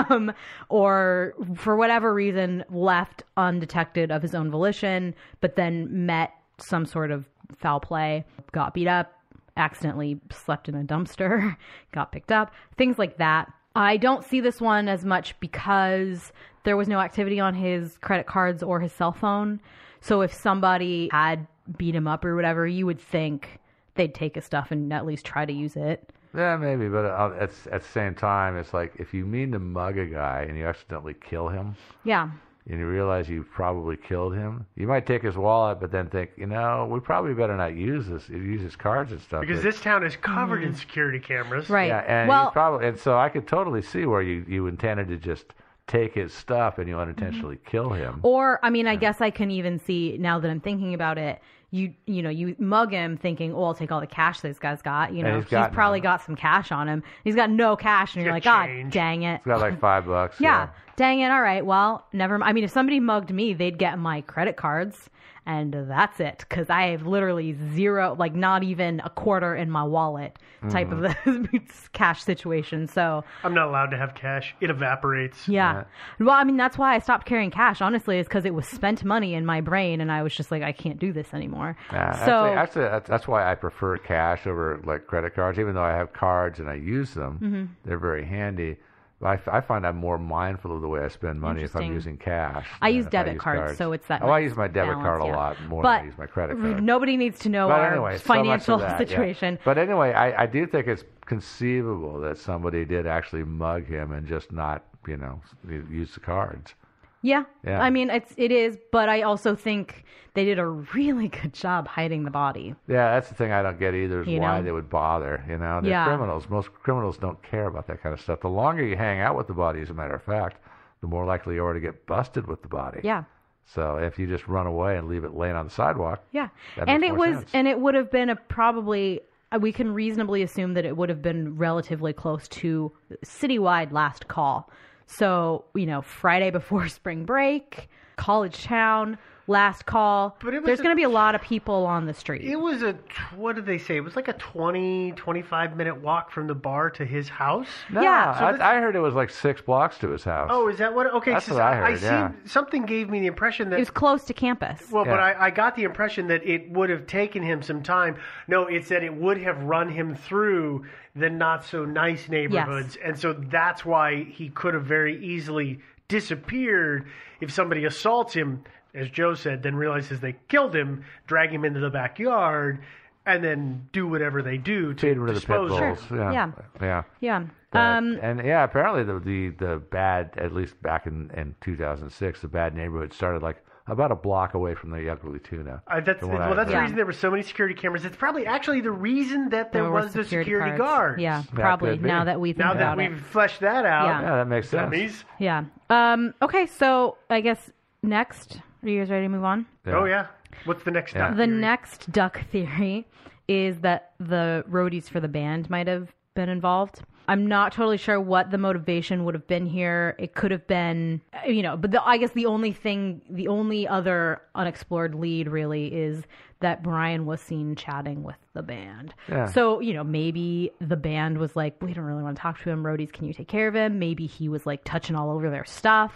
Speaker 3: Um, or for whatever reason, left undetected of his own volition, but then met some sort of foul play, got beat up, accidentally slept in a dumpster, got picked up, things like that. I don't see this one as much because there was no activity on his credit cards or his cell phone. So if somebody had beat him up or whatever, you would think they'd take his stuff and at least try to use it.
Speaker 2: Yeah, maybe, but uh, at s- at the same time, it's like if you mean to mug a guy and you accidentally kill him,
Speaker 3: Yeah.
Speaker 2: and you realize you probably killed him, you might take his wallet, but then think, you know, we probably better not use this, use his cards and stuff.
Speaker 1: because
Speaker 2: It-
Speaker 1: this town is covered in security cameras.
Speaker 3: Mm. Right.
Speaker 2: yeah, and
Speaker 3: well,
Speaker 2: you probably, and so I could totally see where you you intended to just take his stuff and you unintentionally kill him.
Speaker 3: Mm-hmm. Or I mean, I guess I can even see now that I'm thinking about it. You you know you mug him thinking, oh, I'll take all the cash this guy's got. You know,
Speaker 2: he's
Speaker 3: he's,
Speaker 2: got
Speaker 3: probably
Speaker 2: none.
Speaker 3: got some cash on him. He's got no cash, and you're like,
Speaker 1: got
Speaker 3: God
Speaker 1: change.
Speaker 3: dang it.
Speaker 2: It's got like five bucks.
Speaker 3: Yeah, dang it. All right, well, never. m- I mean, if somebody mugged me, they'd get my credit cards, and that's it. Because I have literally zero, like not even a quarter in my wallet type of this cash situation. So
Speaker 1: I'm not allowed to have cash. It evaporates.
Speaker 3: yeah. Well, I mean, that's why I stopped carrying cash, honestly, is because it was spent money in my brain, and I was just like, I can't do this anymore.
Speaker 2: Yeah,
Speaker 3: so,
Speaker 2: actually, actually, that's, that's why I prefer cash over like credit cards. Even though I have cards and I use them,
Speaker 3: Mm-hmm.
Speaker 2: they're very handy. But I, f- I find I'm more mindful of the way I spend money if I'm
Speaker 3: Interesting.
Speaker 2: using cash.
Speaker 3: I
Speaker 2: than
Speaker 3: use
Speaker 2: if
Speaker 3: debit cards, so it's that
Speaker 2: Oh, I
Speaker 3: nice
Speaker 2: use my debit
Speaker 3: balance,
Speaker 2: card a
Speaker 3: yeah.
Speaker 2: lot more
Speaker 3: But
Speaker 2: than I use my credit
Speaker 3: r-
Speaker 2: card.
Speaker 3: nobody needs to know
Speaker 2: But
Speaker 3: our
Speaker 2: anyway, so much of
Speaker 3: financial
Speaker 2: that, yeah.
Speaker 3: situation.
Speaker 2: But anyway, I, I do think it's conceivable that somebody did actually mug him and just not, you know, s- use the cards.
Speaker 3: Yeah.
Speaker 2: Yeah.
Speaker 3: I mean, it's it is, but I also think they did a really good job hiding the body.
Speaker 2: Yeah, that's the thing I don't get either is
Speaker 3: You
Speaker 2: why
Speaker 3: know?
Speaker 2: they would bother. You know, they're
Speaker 3: Yeah.
Speaker 2: criminals. Most criminals don't care about that kind of stuff. The longer you hang out with the body, as a matter of fact, the more likely you are to get busted with the body.
Speaker 3: Yeah.
Speaker 2: So if you just run away and leave it laying on the sidewalk,
Speaker 3: Yeah.
Speaker 2: That
Speaker 3: and
Speaker 2: makes
Speaker 3: it
Speaker 2: more
Speaker 3: was
Speaker 2: sense.
Speaker 3: and it would have been a probably uh, we can reasonably assume that it would have been relatively close to citywide last call. So, you know, Friday before spring break, college town, last call.
Speaker 1: But it was
Speaker 3: There's
Speaker 1: a-
Speaker 3: going to be a lot of people on the street.
Speaker 1: It was a, tw- what did they say? It was like a 20, 25 minute walk from the bar to his house.
Speaker 2: no,
Speaker 3: Yeah, so
Speaker 2: I, I heard it was like six blocks to his house.
Speaker 1: Oh, is that what? Okay,
Speaker 2: That's
Speaker 1: so
Speaker 2: what I heard,
Speaker 1: seen-
Speaker 2: yeah.
Speaker 1: something gave me the impression that
Speaker 3: It was close to campus.
Speaker 1: Well, but
Speaker 2: Yeah.
Speaker 1: I, I got the impression that it would have taken him some time. No, it said it would have run him through the not so nice neighborhoods. And so that's why he could have very easily disappeared if somebody assaults him, as Joe said, then realizes they killed him, drag him into the backyard, and then do whatever they do to
Speaker 2: feed him to the pit
Speaker 1: dispose
Speaker 2: bulls.
Speaker 1: of him.
Speaker 2: Yeah.
Speaker 3: Yeah.
Speaker 2: yeah.
Speaker 3: yeah.
Speaker 2: But-
Speaker 3: um
Speaker 2: and yeah, apparently the, the the bad, at least back in, in 2006, the bad neighborhood started like about a block away from the Ugly Tuna.
Speaker 1: Uh, that's
Speaker 2: from what I
Speaker 1: well. That's the
Speaker 2: heard.
Speaker 1: reason there were so many security cameras. It's probably actually the reason that there,
Speaker 3: there were
Speaker 1: was the security
Speaker 3: cards.
Speaker 1: guards.
Speaker 3: Yeah,
Speaker 2: That
Speaker 3: probably
Speaker 2: could be.
Speaker 3: now that we think
Speaker 1: Now that
Speaker 3: about it.
Speaker 1: we've fleshed that out,
Speaker 3: Yeah.
Speaker 2: Yeah, that makes sense.
Speaker 1: dummies.
Speaker 3: Yeah. Um, okay, so I guess next, are you guys ready to move on?
Speaker 1: Oh yeah. What's the next
Speaker 2: Yeah.
Speaker 1: stop?
Speaker 3: The next duck theory is that the roadies for the band might have been involved. I'm not totally sure what the motivation would have been here. It could have been, you know, but the, I guess the only thing, the only other unexplored lead really is that Brian was seen chatting with the band.
Speaker 2: Yeah.
Speaker 3: So, you know, maybe the band was like, we don't really want to talk to him. Roadies, can you take care of him? Maybe he was like touching all over their stuff.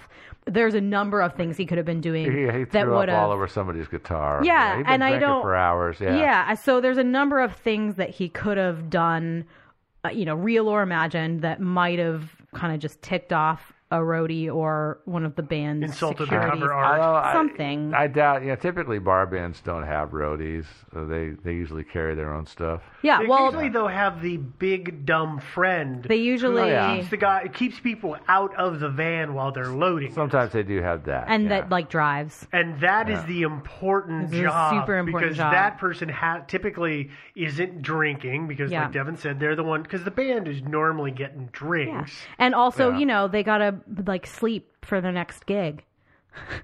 Speaker 3: There's a number of things he could have been doing
Speaker 2: He, he
Speaker 3: that
Speaker 2: threw
Speaker 3: would
Speaker 2: up all
Speaker 3: have.
Speaker 2: over somebody's guitar.
Speaker 3: Yeah,
Speaker 2: he'd been
Speaker 3: and I
Speaker 2: drinking
Speaker 3: don't-
Speaker 2: for hours. Yeah,
Speaker 3: Yeah. So there's a number of things that he could have done, uh, you know, real or imagined, that might have kind of just ticked off a roadie or one of the band's
Speaker 1: Insulted the
Speaker 3: securities.
Speaker 1: cover
Speaker 2: I
Speaker 1: art.
Speaker 2: don't- I-
Speaker 3: Something.
Speaker 2: I, doubt. Yeah, typically bar bands don't have roadies. Uh, they they usually carry their own stuff.
Speaker 3: Yeah.
Speaker 1: They
Speaker 3: Well,
Speaker 1: usually though have the big dumb friend.
Speaker 3: they usually.
Speaker 2: Oh, yeah.
Speaker 1: keeps the guy it keeps people out of the van while they're loading.
Speaker 2: Sometimes they do have that.
Speaker 3: And
Speaker 2: yeah.
Speaker 3: that like drives.
Speaker 1: And that is the important
Speaker 3: This is a
Speaker 1: job
Speaker 3: super important
Speaker 1: because
Speaker 3: job.
Speaker 1: that person ha- typically isn't drinking because,
Speaker 3: Yeah.
Speaker 1: like Devin said, they're the one because the band is normally getting
Speaker 3: Yeah.
Speaker 1: drinks.
Speaker 3: And also,
Speaker 2: Yeah.
Speaker 3: you know, they gotta like sleep for their next gig.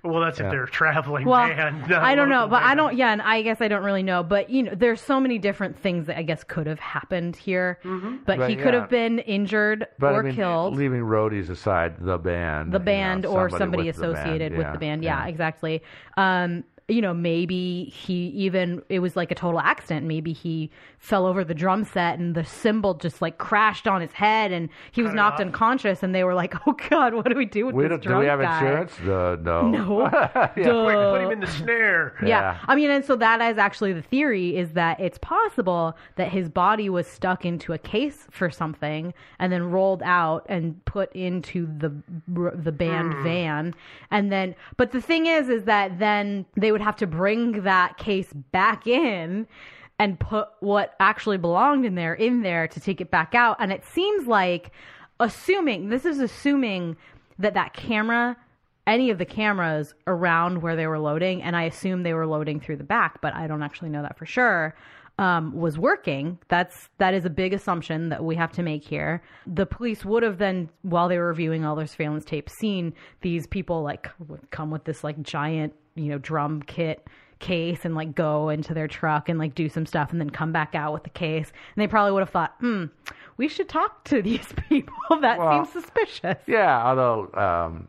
Speaker 1: Well, that's if they're a traveling
Speaker 3: Well,
Speaker 1: band. not
Speaker 3: I don't know,
Speaker 1: local
Speaker 3: but I
Speaker 1: band.
Speaker 3: don't. Yeah, and I guess I don't really know. But you know, there's so many different things that I guess could have happened here.
Speaker 1: Mm-hmm.
Speaker 3: But,
Speaker 2: But
Speaker 3: he could
Speaker 2: yeah.
Speaker 3: have been injured
Speaker 2: But
Speaker 3: or
Speaker 2: I mean,
Speaker 3: killed.
Speaker 2: Leaving roadies aside, the band,
Speaker 3: the
Speaker 2: you know,
Speaker 3: band or somebody
Speaker 2: with the band,
Speaker 3: associated with
Speaker 2: yeah,
Speaker 3: the band. Yeah, exactly. Um, you know, maybe he even it was like a total accident. Maybe he fell over the drum set and the cymbal just like crashed on his head and he was
Speaker 1: Cut it
Speaker 3: knocked
Speaker 1: off.
Speaker 3: unconscious. And they were like, "Oh God, what do we do with
Speaker 2: We
Speaker 3: this
Speaker 2: don't, do
Speaker 3: drum
Speaker 2: we have
Speaker 3: guy?"
Speaker 2: insurance? Uh, no.
Speaker 3: No. Duh.
Speaker 1: Wait, put him in the snare.
Speaker 3: Yeah.
Speaker 2: Yeah.
Speaker 3: I mean, and so that is actually the theory is that it's possible that his body was stuck into a case for something and then rolled out and put into the the band van and then but the thing is is that then they would have to bring that case back in and put what actually belonged in there in there to take it back out and it seems like assuming this is assuming that that camera any of the cameras around where they were loading, and I assume they were loading through the back, but I don't actually know that for sure. Um, was working. That's that is a big assumption that we have to make here. The police would have then, while they were reviewing all their surveillance tapes, seen these people like would come with this like giant, you know, drum kit case and like go into their truck and like do some stuff and then come back out with the case. And they probably would have thought, hmm, we should talk to these people. that
Speaker 2: Well,
Speaker 3: seems suspicious.
Speaker 2: Yeah, although um,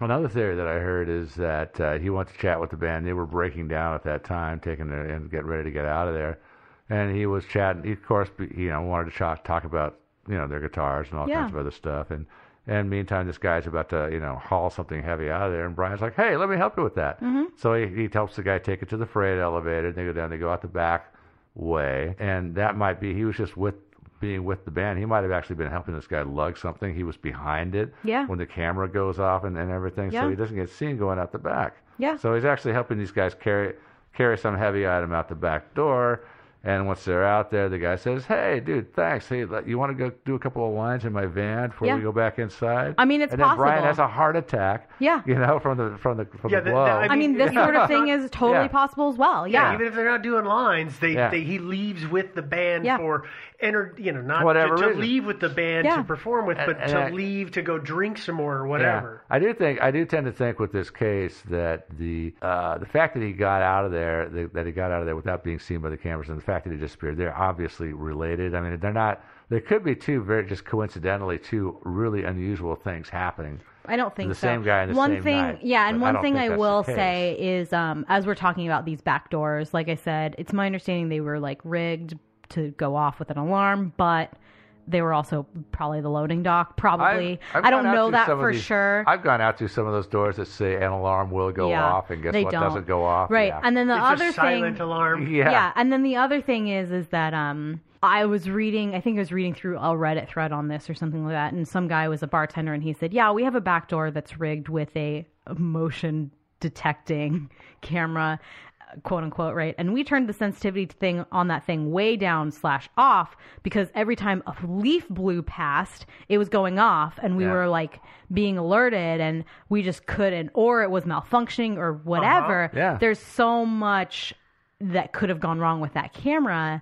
Speaker 2: another theory that I heard is that uh, he went to chat with the band. They were breaking down at that time, taking their, and getting ready to get out of there. And he was chatting. He, of course, be- you know, wanted to talk, talk about you know their guitars and all
Speaker 3: Yeah.
Speaker 2: kinds of other stuff. And and meantime, this guy's about to you know haul something heavy out of there. And Brian's like, "Hey, let me help you with that."
Speaker 3: Mm-hmm.
Speaker 2: So he, he helps the guy take it to the freight elevator. They go down. They go out the back way, and that might be he was just with being with the band. He might have actually been helping this guy lug something. He was behind it
Speaker 3: Yeah.
Speaker 2: when the camera goes off and, and everything,
Speaker 3: Yeah.
Speaker 2: so he doesn't get seen going out the back.
Speaker 3: Yeah.
Speaker 2: So he's actually helping these guys carry carry some heavy item out the back door. And once they're out there, the guy says, "Hey, dude, thanks. Hey, let- you want to go do a couple of lines in my van before
Speaker 3: Yeah.
Speaker 2: we go back inside?"
Speaker 3: I mean, it's
Speaker 2: and then Brian
Speaker 3: possible.
Speaker 2: has a heart attack.
Speaker 3: Yeah.
Speaker 2: You know, from the from the from
Speaker 1: Yeah,
Speaker 2: the
Speaker 1: that-
Speaker 2: blow.
Speaker 1: that-
Speaker 3: I mean, this
Speaker 1: Yeah.
Speaker 3: sort of thing is totally
Speaker 2: Yeah.
Speaker 3: possible as well.
Speaker 1: Yeah,
Speaker 3: Yeah.
Speaker 1: even if they're not doing lines, they,
Speaker 2: Yeah.
Speaker 1: they he leaves with the band
Speaker 3: Yeah.
Speaker 1: for enter, you know, not
Speaker 2: Whatever
Speaker 1: to, to
Speaker 2: reason.
Speaker 1: leave with the band
Speaker 3: Yeah.
Speaker 1: to perform with, but
Speaker 2: and
Speaker 1: to
Speaker 2: I-
Speaker 1: leave to go drink some more or
Speaker 2: Yeah.
Speaker 1: whatever.
Speaker 2: I do think I do tend to think with this case that the uh, the fact that he got out of there that that he got out of there without being seen by the cameras and the fact that he disappeared they're obviously related. I mean they're not they could be two very just coincidentally two really unusual things happening.
Speaker 3: I don't think
Speaker 2: The
Speaker 3: so.
Speaker 2: same guy and the
Speaker 3: one
Speaker 2: same
Speaker 3: thing,
Speaker 2: night,
Speaker 3: yeah, and
Speaker 2: but I
Speaker 3: one
Speaker 2: don't
Speaker 3: thing
Speaker 2: think
Speaker 3: I
Speaker 2: that's the
Speaker 3: will
Speaker 2: case.
Speaker 3: say is, um, as we're talking about these back doors, like I said, it's my understanding they were like rigged to go off with an alarm, but they were also probably the loading dock. Probably,
Speaker 2: I've- I've
Speaker 3: I don't
Speaker 2: gone out
Speaker 3: know
Speaker 2: through
Speaker 3: that
Speaker 2: some of
Speaker 3: for
Speaker 2: these-
Speaker 3: sure.
Speaker 2: I've gone out to some of those doors that say an alarm will go
Speaker 3: yeah,
Speaker 2: off, and guess
Speaker 3: they
Speaker 2: what
Speaker 3: don't.
Speaker 2: doesn't go off?
Speaker 3: Right,
Speaker 2: Yeah.
Speaker 3: and then the
Speaker 1: it's
Speaker 3: other
Speaker 1: a silent
Speaker 3: thing,
Speaker 1: alarm.
Speaker 2: yeah.
Speaker 3: and then the other thing is is that um I was reading I think I was reading through a Reddit thread on this or something like that and some guy was a bartender and he said, "Yeah, we have a back door that's rigged with a motion detecting camera." uh, quote unquote right and we turned the sensitivity thing on that thing way down slash off because every time a leaf blew past it was going off and we
Speaker 2: Yeah.
Speaker 3: were like being alerted and we just couldn't or it was malfunctioning or whatever
Speaker 2: Yeah.
Speaker 3: there's so much that could have gone wrong with that camera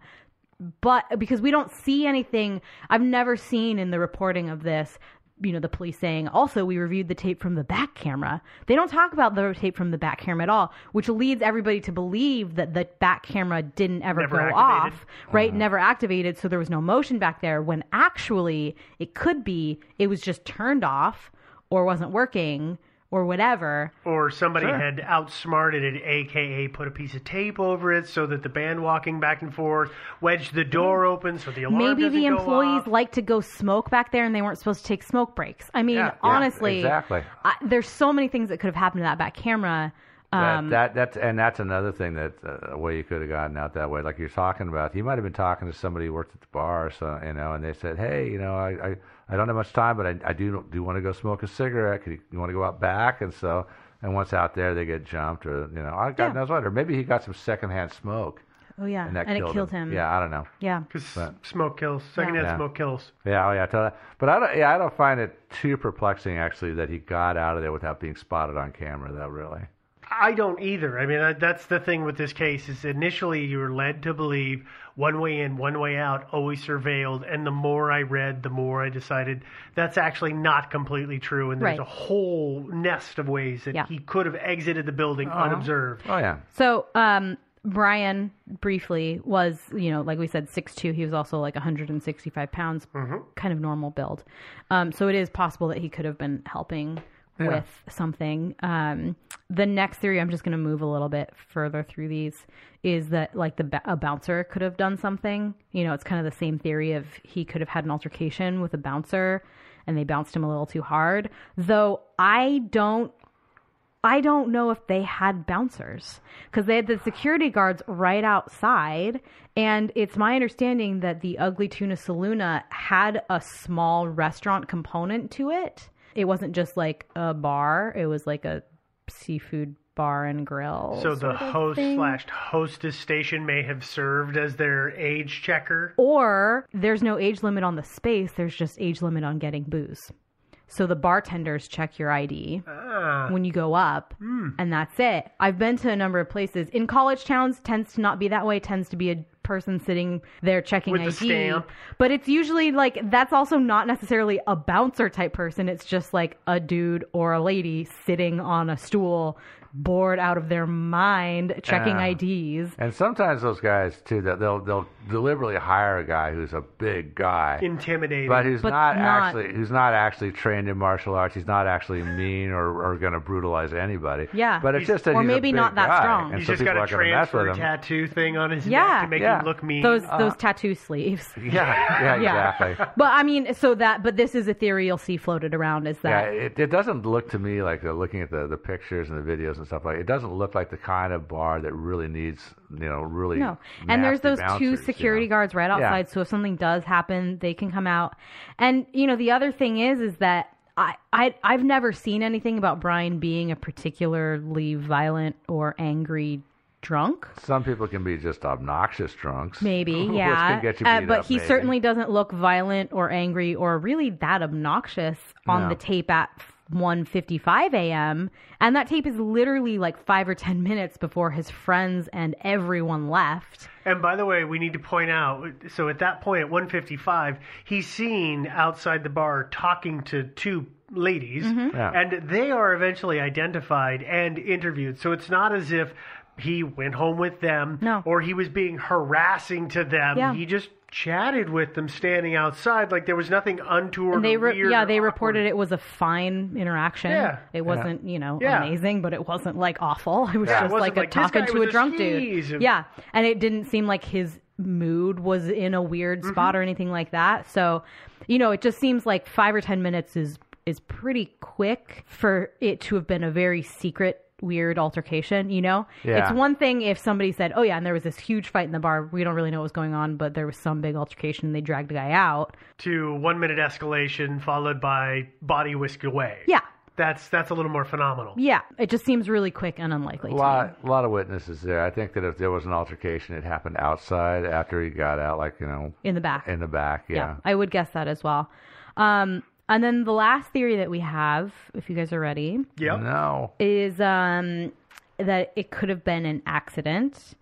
Speaker 3: but because we don't see anything i've never seen in the reporting of this you know, the police saying, also, we reviewed the tape from the back camera. They don't talk about the tape from the back camera at all, which leads everybody to believe that the back camera didn't ever
Speaker 1: Never
Speaker 3: go
Speaker 1: activated. Uh-huh.
Speaker 3: off, right? Never activated. So there was no motion back there when actually it could be, it was just turned off or wasn't working or whatever.
Speaker 1: Or somebody had outsmarted it, aka put a piece of tape over it so that the band walking back and forth wedged the door open so the alarm
Speaker 3: Maybe
Speaker 1: doesn't
Speaker 3: the
Speaker 1: go
Speaker 3: employees
Speaker 1: off.
Speaker 3: like to go smoke back there and they weren't supposed to take smoke breaks. I mean,
Speaker 1: Yeah, yeah,
Speaker 3: honestly,
Speaker 2: exactly.
Speaker 3: I, there's so many things that could have happened to that back camera.
Speaker 2: That,
Speaker 3: Um,
Speaker 2: that that's and that's another thing that uh, a way you could have gotten out that way. Like you're talking about, you might have been talking to somebody who worked at the bar, or so you know, and they said, "Hey, you know, I I, I don't have much time, but I, I do do want to go smoke a cigarette. Could you, you want to go out back?" And so, and once out there, they get jumped, or you know, I God
Speaker 3: Yeah.
Speaker 2: knows what, or maybe he got some secondhand smoke,
Speaker 3: oh yeah,
Speaker 2: and that
Speaker 3: it killed him.
Speaker 2: Yeah, I don't know.
Speaker 3: yeah.
Speaker 1: 'Cause smoke kills. Secondhand
Speaker 2: Yeah.
Speaker 1: smoke kills.
Speaker 2: Yeah, oh yeah, I tell that. But I don't, yeah, I don't find it too perplexing actually that he got out of there without being spotted on camera. Though, really.
Speaker 1: I don't either. I mean, that- that's the thing with this case is initially you were led to believe one way in, one way out, always surveilled. And the more I read, the more I decided that's actually not completely true. And there's
Speaker 3: Right.
Speaker 1: a whole nest of ways that
Speaker 3: Yeah. Uh-huh.
Speaker 1: he could have exited the building unobserved.
Speaker 2: Oh yeah.
Speaker 3: So, um, Brian briefly was, you know, like we said, 6'2. He was also like 165 pounds, kind of normal build. Um, so it is possible that he could have been helping with something. Um, the next theory, I'm just going to move a little bit further through these, is that like the ba- a bouncer could have done something. You know, it's kind of the same theory of he could have had an altercation with a bouncer and they bounced him a little too hard. Though I don't I don't know if they had bouncers because they had the security guards right outside. And it's my understanding that the Ugly Tuna Saluna had a small restaurant component to it. It wasn't just like a bar, it was like a seafood bar and grill.
Speaker 1: So the
Speaker 3: sort of
Speaker 1: host
Speaker 3: thing.
Speaker 1: slash hostess station may have served as their age checker.
Speaker 3: Or there's no age limit on the space, there's just age limit on getting booze. So the bartenders check your ID
Speaker 1: Ah.
Speaker 3: when you go up,
Speaker 1: Hmm.
Speaker 3: and that's it. I've been to a number of places. In college towns, tends to not be that way. Tends to be a person sitting there checking
Speaker 1: With the
Speaker 3: ID,
Speaker 1: stamp.
Speaker 3: but it's usually like that's also not necessarily a bouncer type person. It's just like a dude or a lady sitting on a stool, bored out of their mind, checking
Speaker 2: Ah.
Speaker 3: IDs.
Speaker 2: And sometimes those guys too that they'll they'll deliberately hire a guy who's a big guy,
Speaker 1: Intimidating.
Speaker 2: but who's
Speaker 3: But
Speaker 2: not,
Speaker 3: not-
Speaker 2: actually who's not actually trained in martial arts. He's not actually mean or, or going to brutalize anybody.
Speaker 3: Yeah.
Speaker 2: but it's
Speaker 3: He's-
Speaker 2: just that
Speaker 3: or
Speaker 2: he's a
Speaker 3: maybe
Speaker 2: big
Speaker 3: not that
Speaker 2: guy,
Speaker 3: strong.
Speaker 2: and
Speaker 1: He's
Speaker 2: so
Speaker 1: just
Speaker 2: people
Speaker 1: got a
Speaker 2: are going to mess with
Speaker 1: transfer
Speaker 2: him.
Speaker 1: tattoo thing on his
Speaker 3: Yeah.
Speaker 1: neck to make
Speaker 2: Yeah. Uh,
Speaker 1: him look mean.
Speaker 3: Those those tattoo sleeves.
Speaker 2: Yeah, yeah, exactly.
Speaker 3: But I mean, so that, but this is a theory you'll see floated around is
Speaker 2: Yeah,
Speaker 3: that
Speaker 2: it, it doesn't look to me like uh, looking at the, the pictures and the videos and stuff like it doesn't look like the kind of bar that really needs you know really
Speaker 3: no. And there's
Speaker 2: nasty
Speaker 3: those two
Speaker 2: bouncers, you
Speaker 3: security
Speaker 2: know.
Speaker 3: guards right outside. So if something does happen, they can come out. And you know, the other thing is, is that I, I I've never seen anything about Brian being a particularly violent or angry drunk.
Speaker 2: Some people can be just obnoxious drunks.
Speaker 3: Maybe,
Speaker 2: which
Speaker 3: yeah.
Speaker 2: can get you
Speaker 3: Uh,
Speaker 2: beat
Speaker 3: but
Speaker 2: up,
Speaker 3: he
Speaker 2: maybe.
Speaker 3: certainly doesn't look violent or angry or really that obnoxious on
Speaker 2: No.
Speaker 3: the tape at 1:55 a.m. And that tape is literally like five or ten minutes before his friends and everyone left.
Speaker 1: And by the way, we need to point out so at that point at 155, he's seen outside the bar talking to two ladies
Speaker 3: Mm-hmm.
Speaker 2: Yeah.
Speaker 1: and they are eventually identified and interviewed. So it's not as if he went home with them
Speaker 3: No.
Speaker 1: or he was being harassing to them.
Speaker 3: Yeah.
Speaker 1: He just chatted with them standing outside like there was nothing untoward.
Speaker 3: They
Speaker 1: or
Speaker 3: re-
Speaker 1: weird
Speaker 3: yeah,
Speaker 1: or
Speaker 3: they
Speaker 1: awkward.
Speaker 3: reported it was a fine interaction.
Speaker 1: Yeah.
Speaker 3: It wasn't, you know,
Speaker 1: Yeah.
Speaker 3: amazing, but it wasn't like awful. It was
Speaker 1: Yeah, it
Speaker 3: just
Speaker 1: wasn't
Speaker 3: like a
Speaker 1: like, this
Speaker 3: talking
Speaker 1: guy
Speaker 3: to
Speaker 1: was
Speaker 3: a
Speaker 1: a
Speaker 3: drunk
Speaker 1: skeeze.
Speaker 3: dude. Yeah. And it didn't seem like his mood was in a
Speaker 1: Mm-hmm.
Speaker 3: weird spot or anything like that. So, you know, it just seems like 5 or 10 minutes is is pretty quick for it to have been a very secret weird altercation, you know?
Speaker 2: Yeah.
Speaker 3: It's one thing if somebody said, "Oh yeah, and there was this huge fight in the bar. We don't really know what was going on, but there was some big altercation. They dragged a guy out."
Speaker 1: to 1 minute escalation followed by body whisked away.
Speaker 3: Yeah.
Speaker 1: That's that's a little more phenomenal.
Speaker 3: Yeah, it just seems really quick and unlikely.
Speaker 2: A
Speaker 3: to me.
Speaker 2: lot, lot of witnesses there. I think that if there was an altercation, it happened outside after he got out, like you know,
Speaker 3: in the back.
Speaker 2: in the back. Yeah,
Speaker 3: I would guess that as well. Um, and then the last theory that we have, if you guys are ready,
Speaker 1: Yep.
Speaker 2: no,
Speaker 3: is um, that it could have been an accident.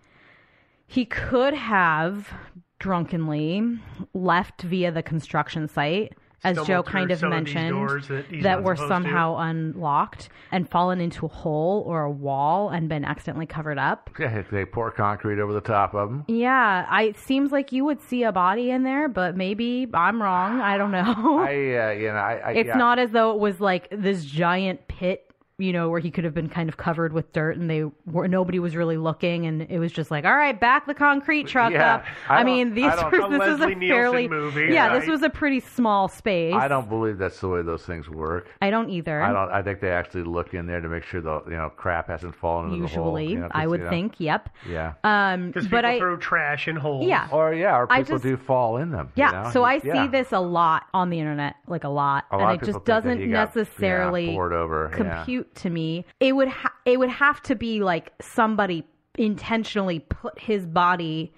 Speaker 3: He could have drunkenly left via the construction site. as
Speaker 1: stumbled
Speaker 3: Joe
Speaker 1: through
Speaker 3: kind of
Speaker 1: some of these
Speaker 3: mentioned,
Speaker 1: doors that he's not
Speaker 3: were
Speaker 1: supposed to.
Speaker 3: somehow unlocked and fallen into a hole or a wall and been accidentally covered up.
Speaker 2: Yeah, they pour concrete over the top of them.
Speaker 3: Yeah, I it seems like you would see a body in there, but maybe I'm wrong. I don't know.
Speaker 2: I, uh, you know, I, I
Speaker 3: it's
Speaker 2: yeah.
Speaker 3: not as though it was like this giant pit, you know, where he could have been kind of covered with dirt and they were nobody was really looking and it was just like, all right, back the concrete truck
Speaker 2: Yeah,
Speaker 3: up.
Speaker 2: I
Speaker 3: I,
Speaker 2: don't-
Speaker 3: mean, these
Speaker 2: I don't-
Speaker 3: were,
Speaker 1: A
Speaker 3: this was a
Speaker 1: Leslie Nielsen
Speaker 3: fairly
Speaker 1: movie,
Speaker 3: yeah,
Speaker 1: right?
Speaker 3: this was a pretty small space.
Speaker 2: I don't believe that's the way those things work.
Speaker 3: I don't either.
Speaker 2: I don't. I think they actually look in there to make sure the you know crap hasn't fallen into the hole.
Speaker 3: usually,
Speaker 2: you know, 'cause,
Speaker 3: I would
Speaker 2: you know,
Speaker 3: think. Yep.
Speaker 2: Yeah.
Speaker 3: Um,
Speaker 1: Because
Speaker 3: but
Speaker 1: people
Speaker 3: I
Speaker 1: throw trash in holes.
Speaker 3: yeah.
Speaker 2: or yeah, or
Speaker 3: I
Speaker 2: people
Speaker 3: just-
Speaker 2: do fall in them. you
Speaker 3: Yeah,
Speaker 2: know?
Speaker 3: so I
Speaker 2: Yeah.
Speaker 3: see this a lot on the internet, like a lot,
Speaker 2: A lot of
Speaker 3: and
Speaker 2: people
Speaker 3: it just
Speaker 2: think that
Speaker 3: doesn't
Speaker 2: he got,
Speaker 3: necessarily
Speaker 2: yeah, poured over, yeah.
Speaker 3: compute to me. It would ha- it would have to be like somebody intentionally put his body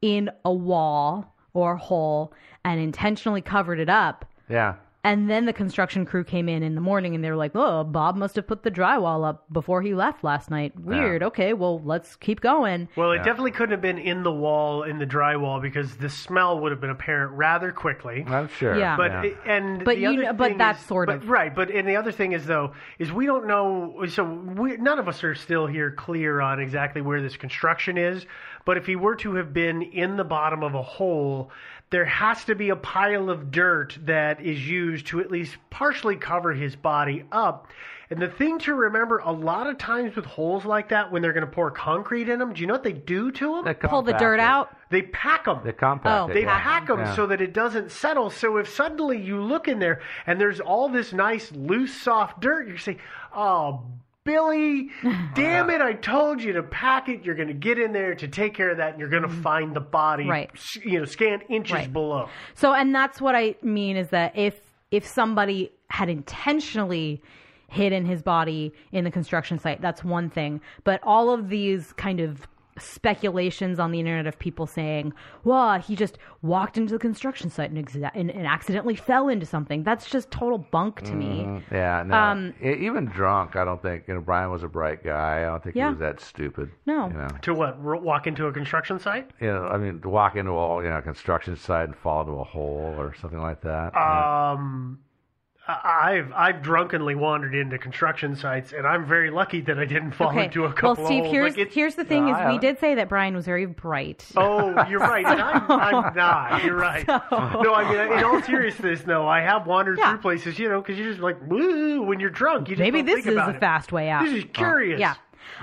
Speaker 3: in a wall or hole and intentionally covered it up.
Speaker 2: Yeah.
Speaker 3: And then the construction crew came in in the morning and they were like, "Oh, Bob must have put the drywall up before he left last night. Weird. Okay, well, let's keep going."
Speaker 1: Well, it definitely couldn't have been in the wall, in the drywall, because the smell would have been apparent rather quickly.
Speaker 2: I'm sure.
Speaker 3: Yeah.
Speaker 1: But it- and
Speaker 3: But
Speaker 1: the
Speaker 3: you
Speaker 1: other
Speaker 3: know- but
Speaker 1: thing
Speaker 3: that's
Speaker 1: is-
Speaker 3: sort
Speaker 1: but-
Speaker 3: of-
Speaker 1: right. But and the other thing is though is we don't know. So we, none of us are still here clear on exactly where this construction is. But if he were to have been in the bottom of a hole, there has to be a pile of dirt that is used to at least partially cover his body up. And the thing to remember a lot of times with holes like that, when they're going to pour concrete in them, do you know what they do to
Speaker 2: They
Speaker 1: them?
Speaker 3: Pull the
Speaker 2: compact
Speaker 3: dirt
Speaker 2: it.
Speaker 3: out.
Speaker 1: They pack them.
Speaker 2: They compact
Speaker 3: Oh,
Speaker 2: it.
Speaker 1: They
Speaker 2: yeah.
Speaker 1: pack them
Speaker 2: Yeah.
Speaker 1: so that it doesn't settle. So if suddenly you look in there and there's all this nice, loose, soft dirt, you say, oh, Billy, damn it, I told you to pack it. You're going to get in there to take care of that and you're going to find the body,
Speaker 3: Mm-hmm. Right.
Speaker 1: s- you know, scant inches
Speaker 3: Right.
Speaker 1: below.
Speaker 3: So, and that's what I mean is that if if somebody had intentionally hidden his body in the construction site, that's one thing. But all of these kind of speculations on the internet of people saying, "Well, he just walked into the construction site and, exa- and, and accidentally fell into something," that's just total bunk to me.
Speaker 2: Yeah, no.
Speaker 3: Um,
Speaker 2: E- even drunk, I don't think. You know, Brian was a bright guy. I don't think
Speaker 3: Yeah.
Speaker 2: he was that stupid.
Speaker 3: No.
Speaker 2: You know,
Speaker 1: To what? r- Walk into a construction site?
Speaker 2: you know I mean, to walk into a you know construction site and fall into a hole or something like that.
Speaker 3: Uh,
Speaker 1: Um, I- I've I've drunkenly wandered into construction sites, and I'm very lucky that I didn't fall
Speaker 3: Okay.
Speaker 1: into a couple
Speaker 3: Well,
Speaker 1: of
Speaker 3: Steve,
Speaker 1: holes.
Speaker 3: here's
Speaker 1: Like, it's-
Speaker 3: here's the thing:
Speaker 2: No, I
Speaker 3: is we
Speaker 2: haven't.
Speaker 3: did say that Brian was very bright.
Speaker 1: Oh, you're right. And I'm, I'm not. You're right. No, I mean, in all seriousness, though, I have wandered
Speaker 3: Yeah.
Speaker 1: through places, you know, because you're just like, woo, when you're drunk. You just
Speaker 3: Maybe
Speaker 1: don't
Speaker 3: this
Speaker 1: think
Speaker 3: is
Speaker 1: about
Speaker 3: a
Speaker 1: it.
Speaker 3: fast way out.
Speaker 1: This is curious.
Speaker 3: Yeah.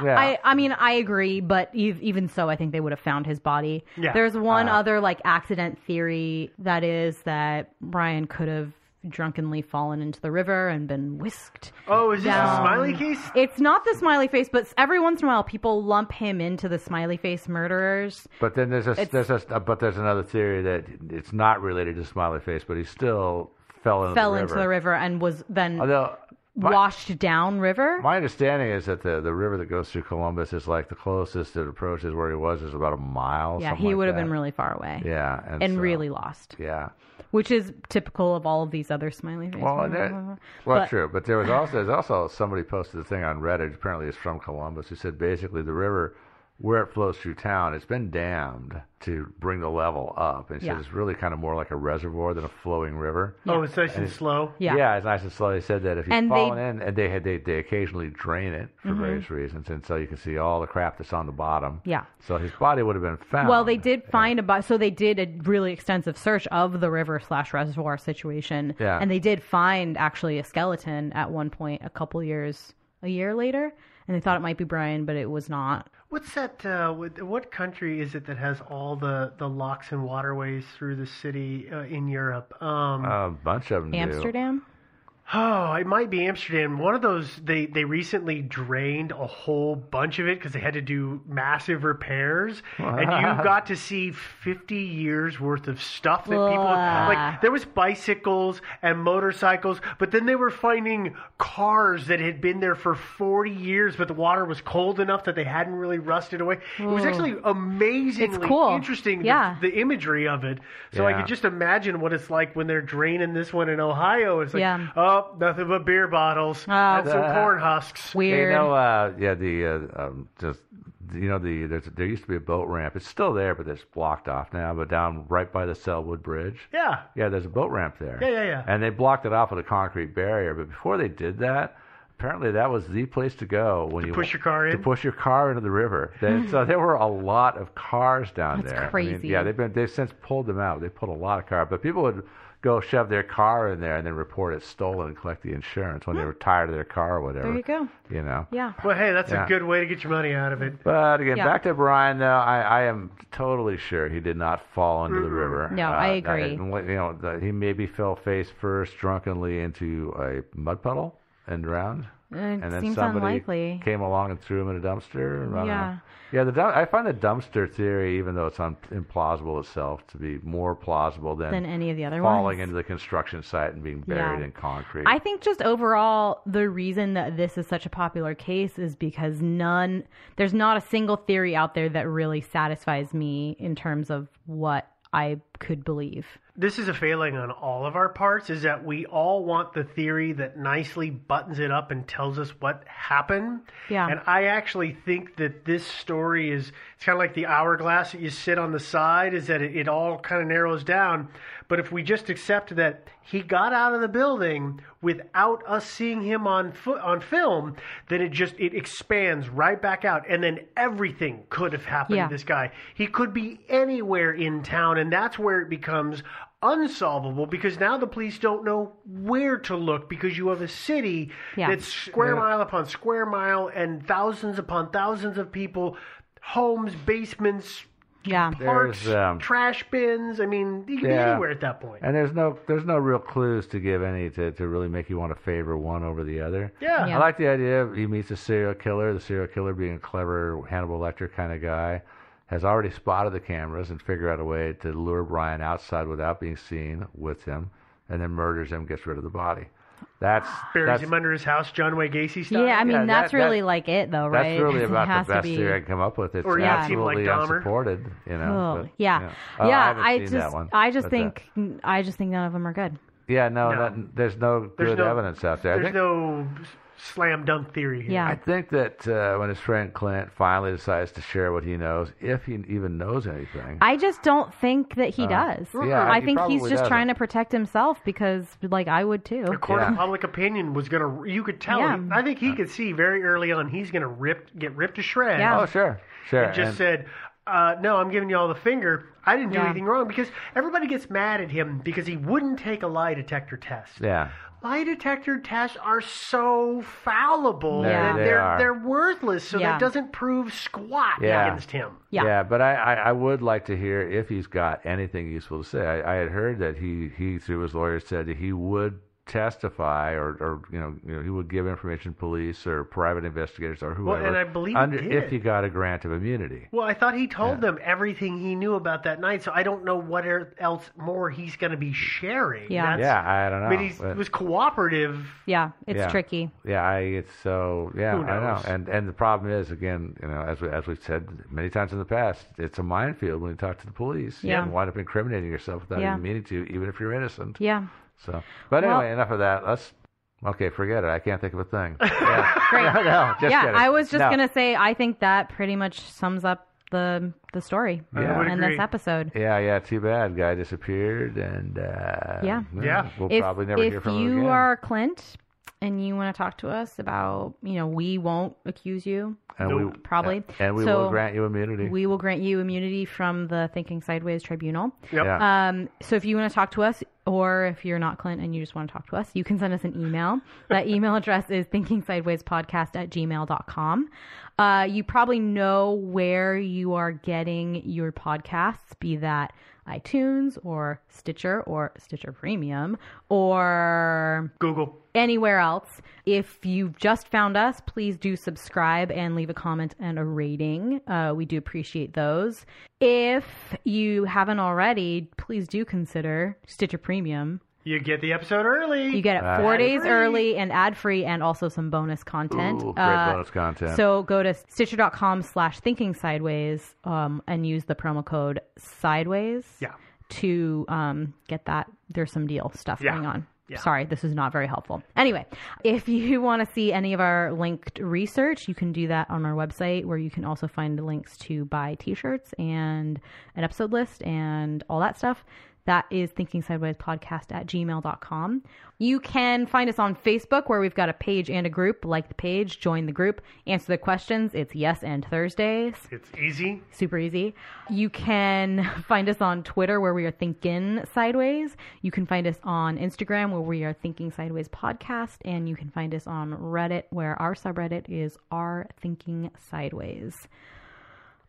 Speaker 2: Yeah.
Speaker 3: I, I mean, I agree, but e- even so, I think they would have found his body.
Speaker 1: Yeah.
Speaker 3: There's one
Speaker 2: Uh-huh.
Speaker 3: other, like, accident theory that is that Brian could have drunkenly fallen into the river and been whisked.
Speaker 1: Oh, is this a
Speaker 3: Down.
Speaker 1: smiley case?
Speaker 3: It's not the smiley face, but every once in a while, people lump him into the smiley face murderers.
Speaker 2: But then there's a, there's a, but there's another theory that it's not related to Smiley Face, but he still fell into
Speaker 3: fell
Speaker 2: the river.
Speaker 3: into the river and was then
Speaker 2: Although my,
Speaker 3: washed down river.
Speaker 2: my understanding is that the, the river that goes through Columbus is like the closest it approaches where he was is about a mile.
Speaker 3: yeah,
Speaker 2: something
Speaker 3: he
Speaker 2: like
Speaker 3: would have
Speaker 2: that.
Speaker 3: been really far away
Speaker 2: yeah, and,
Speaker 3: and
Speaker 2: so-
Speaker 3: really lost,
Speaker 2: yeah.
Speaker 3: which is typical of all of these other smiley face
Speaker 2: Well, and
Speaker 3: murderers.
Speaker 2: there, well,
Speaker 3: uh-huh. But-
Speaker 2: true. But there was also there's also somebody posted a thing on Reddit. Apparently, it's from Columbus. Who said basically the river where it flows through town, it's been dammed to bring the level up. And so
Speaker 3: Yeah.
Speaker 2: it's really kind of more like a reservoir than a flowing river.
Speaker 1: Oh, it's nice and slow.
Speaker 3: Yeah.
Speaker 2: it's nice and slow. They said that if you've
Speaker 3: And they- Mm-hmm.
Speaker 2: fallen in, and they had they, they occasionally drain it for various reasons, and so you can see all the crap that's on the bottom.
Speaker 3: Yeah.
Speaker 2: So his body would have been found.
Speaker 3: Well, they did find a bo- so they did a really extensive search of the river slash reservoir situation.
Speaker 2: Yeah.
Speaker 3: And they did find actually a skeleton at one point a couple years a year later, and they thought it might be Brian, but it was not.
Speaker 1: What's that? Uh, what, what country is it that has all the, the locks and waterways through the city uh, in Europe? Um,
Speaker 2: a bunch of them. do.
Speaker 3: Amsterdam.
Speaker 1: Oh, it might be Amsterdam. One of those they they recently drained a whole bunch of it because they had to do massive repairs, and you got to see fifty years worth of stuff that people
Speaker 3: Ugh.
Speaker 1: like. There was bicycles and motorcycles, but then they were finding cars that had been there for forty years, but the water was cold enough that they hadn't really rusted away. It was actually amazingly
Speaker 3: cool.
Speaker 1: interesting. the-
Speaker 3: Yeah.
Speaker 1: the, imagery of it. So I
Speaker 2: Yeah.
Speaker 1: could just imagine what it's like when they're draining this one in Ohio. It's like
Speaker 3: Yeah.
Speaker 1: Oh, nothing but beer bottles and some corn husks.
Speaker 3: Weird.
Speaker 2: You know, uh, yeah, the uh, um, just you know the there's, there used to be a boat ramp. It's still there, but it's blocked off now. But down right by the Selwood Bridge,
Speaker 1: Yeah.
Speaker 2: yeah, there's a boat ramp there.
Speaker 1: Yeah, yeah, yeah.
Speaker 2: And they blocked it off with a concrete barrier. But before they did that, apparently that was the place to go when you
Speaker 1: push your car
Speaker 2: to
Speaker 1: in?
Speaker 2: push your car into the river. They, so there were a lot of cars down
Speaker 3: That's
Speaker 2: there. I mean,
Speaker 3: crazy.
Speaker 2: yeah, they've been they've since pulled them out. They pulled a lot of cars, but people would go shove their car in there and then report it stolen and collect the insurance when they were tired of their car or whatever.
Speaker 3: There you go.
Speaker 2: You know.
Speaker 3: Yeah.
Speaker 1: Well, hey, that's
Speaker 2: Yeah.
Speaker 1: a good way to get your money out of it.
Speaker 2: But again,
Speaker 3: Yeah.
Speaker 2: back to Brian though, I, I am totally sure he did not fall into the river.
Speaker 3: No, I agree.
Speaker 2: and what- you know, the, he maybe fell face first drunkenly into a mud puddle and drowned.
Speaker 3: Uh,
Speaker 2: And
Speaker 3: It
Speaker 2: then
Speaker 3: seems
Speaker 2: somebody
Speaker 3: unlikely.
Speaker 2: came along and threw him in a dumpster. I don't know.
Speaker 3: Yeah.
Speaker 2: yeah. The dump, I find the dumpster theory, even though it's un, implausible itself, to be more plausible than,
Speaker 3: Than any of the other
Speaker 2: falling
Speaker 3: ones.
Speaker 2: into the construction site and being buried
Speaker 3: Yeah.
Speaker 2: in concrete.
Speaker 3: I think just overall, the reason that this is such a popular case is because none, there's not a single theory out there that really satisfies me in terms of what I could believe.
Speaker 1: This is a failing on all of our parts is that we all want the theory that nicely buttons it up and tells us what happened.
Speaker 3: Yeah.
Speaker 1: And I actually think that this story is it's kind of like the hourglass that you sit on the side is that it, it all kind of narrows down. But if we just accept that he got out of the building without us seeing him on foot on film, then it just it expands right back out and then everything could have happened
Speaker 3: Yeah.
Speaker 1: to this guy. He could be anywhere in town, and that's where it becomes unsolvable because now the police don't know where to look because you have a city
Speaker 3: Yeah.
Speaker 1: that's square mile upon square mile and thousands upon thousands of people, homes, basements,
Speaker 3: Yeah.
Speaker 1: parks,
Speaker 2: There's, um,
Speaker 1: trash bins. I mean, you could be
Speaker 2: Yeah.
Speaker 1: anywhere at that point.
Speaker 2: And there's no there's no real clues to give any to, to really make you want to favor one over the other.
Speaker 1: Yeah.
Speaker 3: Yeah.
Speaker 2: I like the idea of he meets a serial killer, the serial killer being a clever Hannibal Lecter kind of guy, has already spotted the cameras and figured out a way to lure Brian outside without being seen with him, and then murders him, gets rid of the body. That's
Speaker 1: Buries
Speaker 2: that's,
Speaker 1: him under his house, John Wayne Gacy style.
Speaker 3: Yeah, I mean,
Speaker 2: Yeah,
Speaker 3: that's
Speaker 2: that-
Speaker 3: really
Speaker 2: that-
Speaker 3: like it, though,
Speaker 2: that's
Speaker 3: right?
Speaker 2: really
Speaker 3: It
Speaker 2: about
Speaker 3: has
Speaker 2: the
Speaker 3: to
Speaker 2: best
Speaker 3: be-
Speaker 2: theory I can come up with. It's
Speaker 1: Or yeah, team like
Speaker 2: absolutely
Speaker 1: Dahmer.
Speaker 2: unsupported, you know.
Speaker 3: Oh,
Speaker 2: but,
Speaker 3: yeah,
Speaker 2: Oh, I
Speaker 3: yeah.
Speaker 2: haven't
Speaker 3: I,
Speaker 2: seen
Speaker 3: just,
Speaker 2: that one,
Speaker 3: I just
Speaker 2: but, uh,
Speaker 3: think, I just think none of them are good.
Speaker 2: yeah, no,
Speaker 1: No.
Speaker 2: not- there's no
Speaker 1: There's
Speaker 2: good
Speaker 1: no-
Speaker 2: evidence out there. I
Speaker 1: There's
Speaker 2: think-
Speaker 1: no slam dunk theory here.
Speaker 3: Yeah.
Speaker 2: I think that uh, when his friend Clint finally decides to share what he knows, if he even knows anything,
Speaker 1: Um,
Speaker 3: I just don't think that he does.
Speaker 2: Uh, yeah,
Speaker 3: I
Speaker 2: he
Speaker 3: think
Speaker 2: probably
Speaker 3: he's just
Speaker 2: doesn't.
Speaker 3: trying to protect himself because, like, I would too.
Speaker 1: The court of
Speaker 2: Yeah.
Speaker 1: public opinion was going to, you could tell.
Speaker 3: Yeah.
Speaker 1: I think he could see very early on he's going to rip, get ripped to shreds.
Speaker 3: Yeah.
Speaker 2: oh sure, sure,
Speaker 1: just
Speaker 2: and-
Speaker 1: said, uh, "No, I'm giving you all the finger. I didn't do
Speaker 3: Yeah.
Speaker 1: anything wrong." Because everybody gets mad at him because he wouldn't take a lie detector test.
Speaker 2: yeah,
Speaker 1: Lie detector tests are so fallible
Speaker 2: They-
Speaker 1: that
Speaker 2: they
Speaker 1: are
Speaker 2: are.
Speaker 1: they're worthless. So
Speaker 3: Yeah.
Speaker 1: that doesn't prove squat
Speaker 2: Yeah.
Speaker 1: against him.
Speaker 3: Yeah.
Speaker 2: But I, I, I would like to hear if he's got anything useful to say. I, I had heard that he, he through his lawyer said that he would testify or, or you know you know he would give information to police or private investigators or whoever.
Speaker 1: and I believe he
Speaker 2: under, if
Speaker 1: did.
Speaker 2: he got a grant of immunity.
Speaker 1: Well, I thought he told them everything he knew about that night, so I don't know what er- else more he's going to be sharing.
Speaker 3: Yeah.
Speaker 1: That's-
Speaker 2: yeah, I don't know.
Speaker 1: I mean, he
Speaker 2: Ah, but-
Speaker 1: was cooperative.
Speaker 3: Yeah, it's
Speaker 2: Yeah.
Speaker 3: tricky.
Speaker 2: Yeah, I, it's so yeah,
Speaker 1: Who
Speaker 2: I know.
Speaker 1: knows?
Speaker 2: And and the problem is again, you know, as we as we've said many times in the past, it's a minefield when you talk to the police.
Speaker 3: Yeah.
Speaker 2: You can wind up incriminating yourself without
Speaker 3: Yeah.
Speaker 2: even meaning to, even if you're innocent.
Speaker 3: Yeah.
Speaker 2: So but
Speaker 3: Well-
Speaker 2: anyway, enough of that. Let's okay, forget it. I can't think of a thing. Yeah.
Speaker 3: Great.
Speaker 2: no, no, just
Speaker 3: yeah,
Speaker 2: kidding.
Speaker 3: I was just
Speaker 2: No.
Speaker 3: gonna say. I think that pretty much sums up the the story
Speaker 2: Yeah. I would
Speaker 3: in
Speaker 1: agree.
Speaker 3: this episode.
Speaker 2: Yeah, yeah, too bad. Guy disappeared and uh
Speaker 3: Yeah.
Speaker 1: Yeah.
Speaker 2: We'll
Speaker 3: if
Speaker 2: probably never
Speaker 3: if
Speaker 2: hear from
Speaker 3: you
Speaker 2: him again.
Speaker 3: are Clint and you want to talk to us about, you know, we won't accuse you.
Speaker 2: and
Speaker 1: Nope.
Speaker 2: we
Speaker 3: Probably.
Speaker 2: and we
Speaker 3: So-
Speaker 2: will grant you immunity.
Speaker 3: We will grant you immunity from the Thinking Sideways Tribunal.
Speaker 1: Yep.
Speaker 2: yeah.
Speaker 3: Um, so if you want to talk to us, or if you're not Clint and you just want to talk to us, you can send us an email. That email address is thinkingsidewayspodcast at gmail.com. Uh, you probably know where you are getting your podcasts, be that iTunes or Stitcher or Stitcher Premium or
Speaker 1: Google.
Speaker 3: anywhere else. If you've just found us, please do subscribe and leave a comment and a rating. Uh, we do appreciate those. If you haven't already, please do consider Stitcher Premium.
Speaker 1: You get the episode early.
Speaker 3: You get it
Speaker 2: Uh,
Speaker 3: four days
Speaker 1: Ad-free.
Speaker 3: early and ad free, and also some bonus content. Uh,
Speaker 2: Ooh, great bonus content.
Speaker 3: So go to stitcher.com slash thinking sideways um, and use the promo code sideways
Speaker 1: Yeah.
Speaker 3: to um, get that. There's some deal stuff
Speaker 1: Yeah.
Speaker 3: going on. Sorry, this was not very helpful. Anyway, if you want to see any of our linked research, you can do that on our website where you can also find the links to buy t shirts and an episode list and all that stuff. That is thinking sideways podcast at gmail.com. You can find us on Facebook where we've got a page and a group. Like the page, join the group, answer the questions. It's yes and Thursdays
Speaker 1: It's easy.
Speaker 3: super easy. You can find us on Twitter where we are Thinking Sideways. You can find us on Instagram where we are Thinking Sideways Podcast. And you can find us on Reddit where our subreddit is r Thinking Sideways.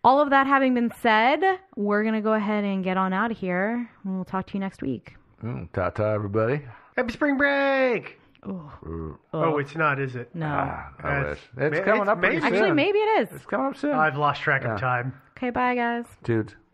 Speaker 3: All of that having been said, we're going to go ahead and get on out of here. And we'll talk to you next week.
Speaker 2: Mm, ta ta, everybody.
Speaker 1: Happy spring break.
Speaker 2: Ooh,
Speaker 1: Oh, it's not, is it?
Speaker 3: No.
Speaker 2: ah, I
Speaker 1: That's-
Speaker 2: wish. It's
Speaker 1: ma-
Speaker 2: coming
Speaker 1: it's
Speaker 2: up pretty
Speaker 1: maybe-
Speaker 2: soon.
Speaker 3: Actually, maybe it is.
Speaker 1: Uh,
Speaker 2: It's coming up soon.
Speaker 1: I've lost track of time.
Speaker 3: Okay, bye, guys.
Speaker 2: Dude.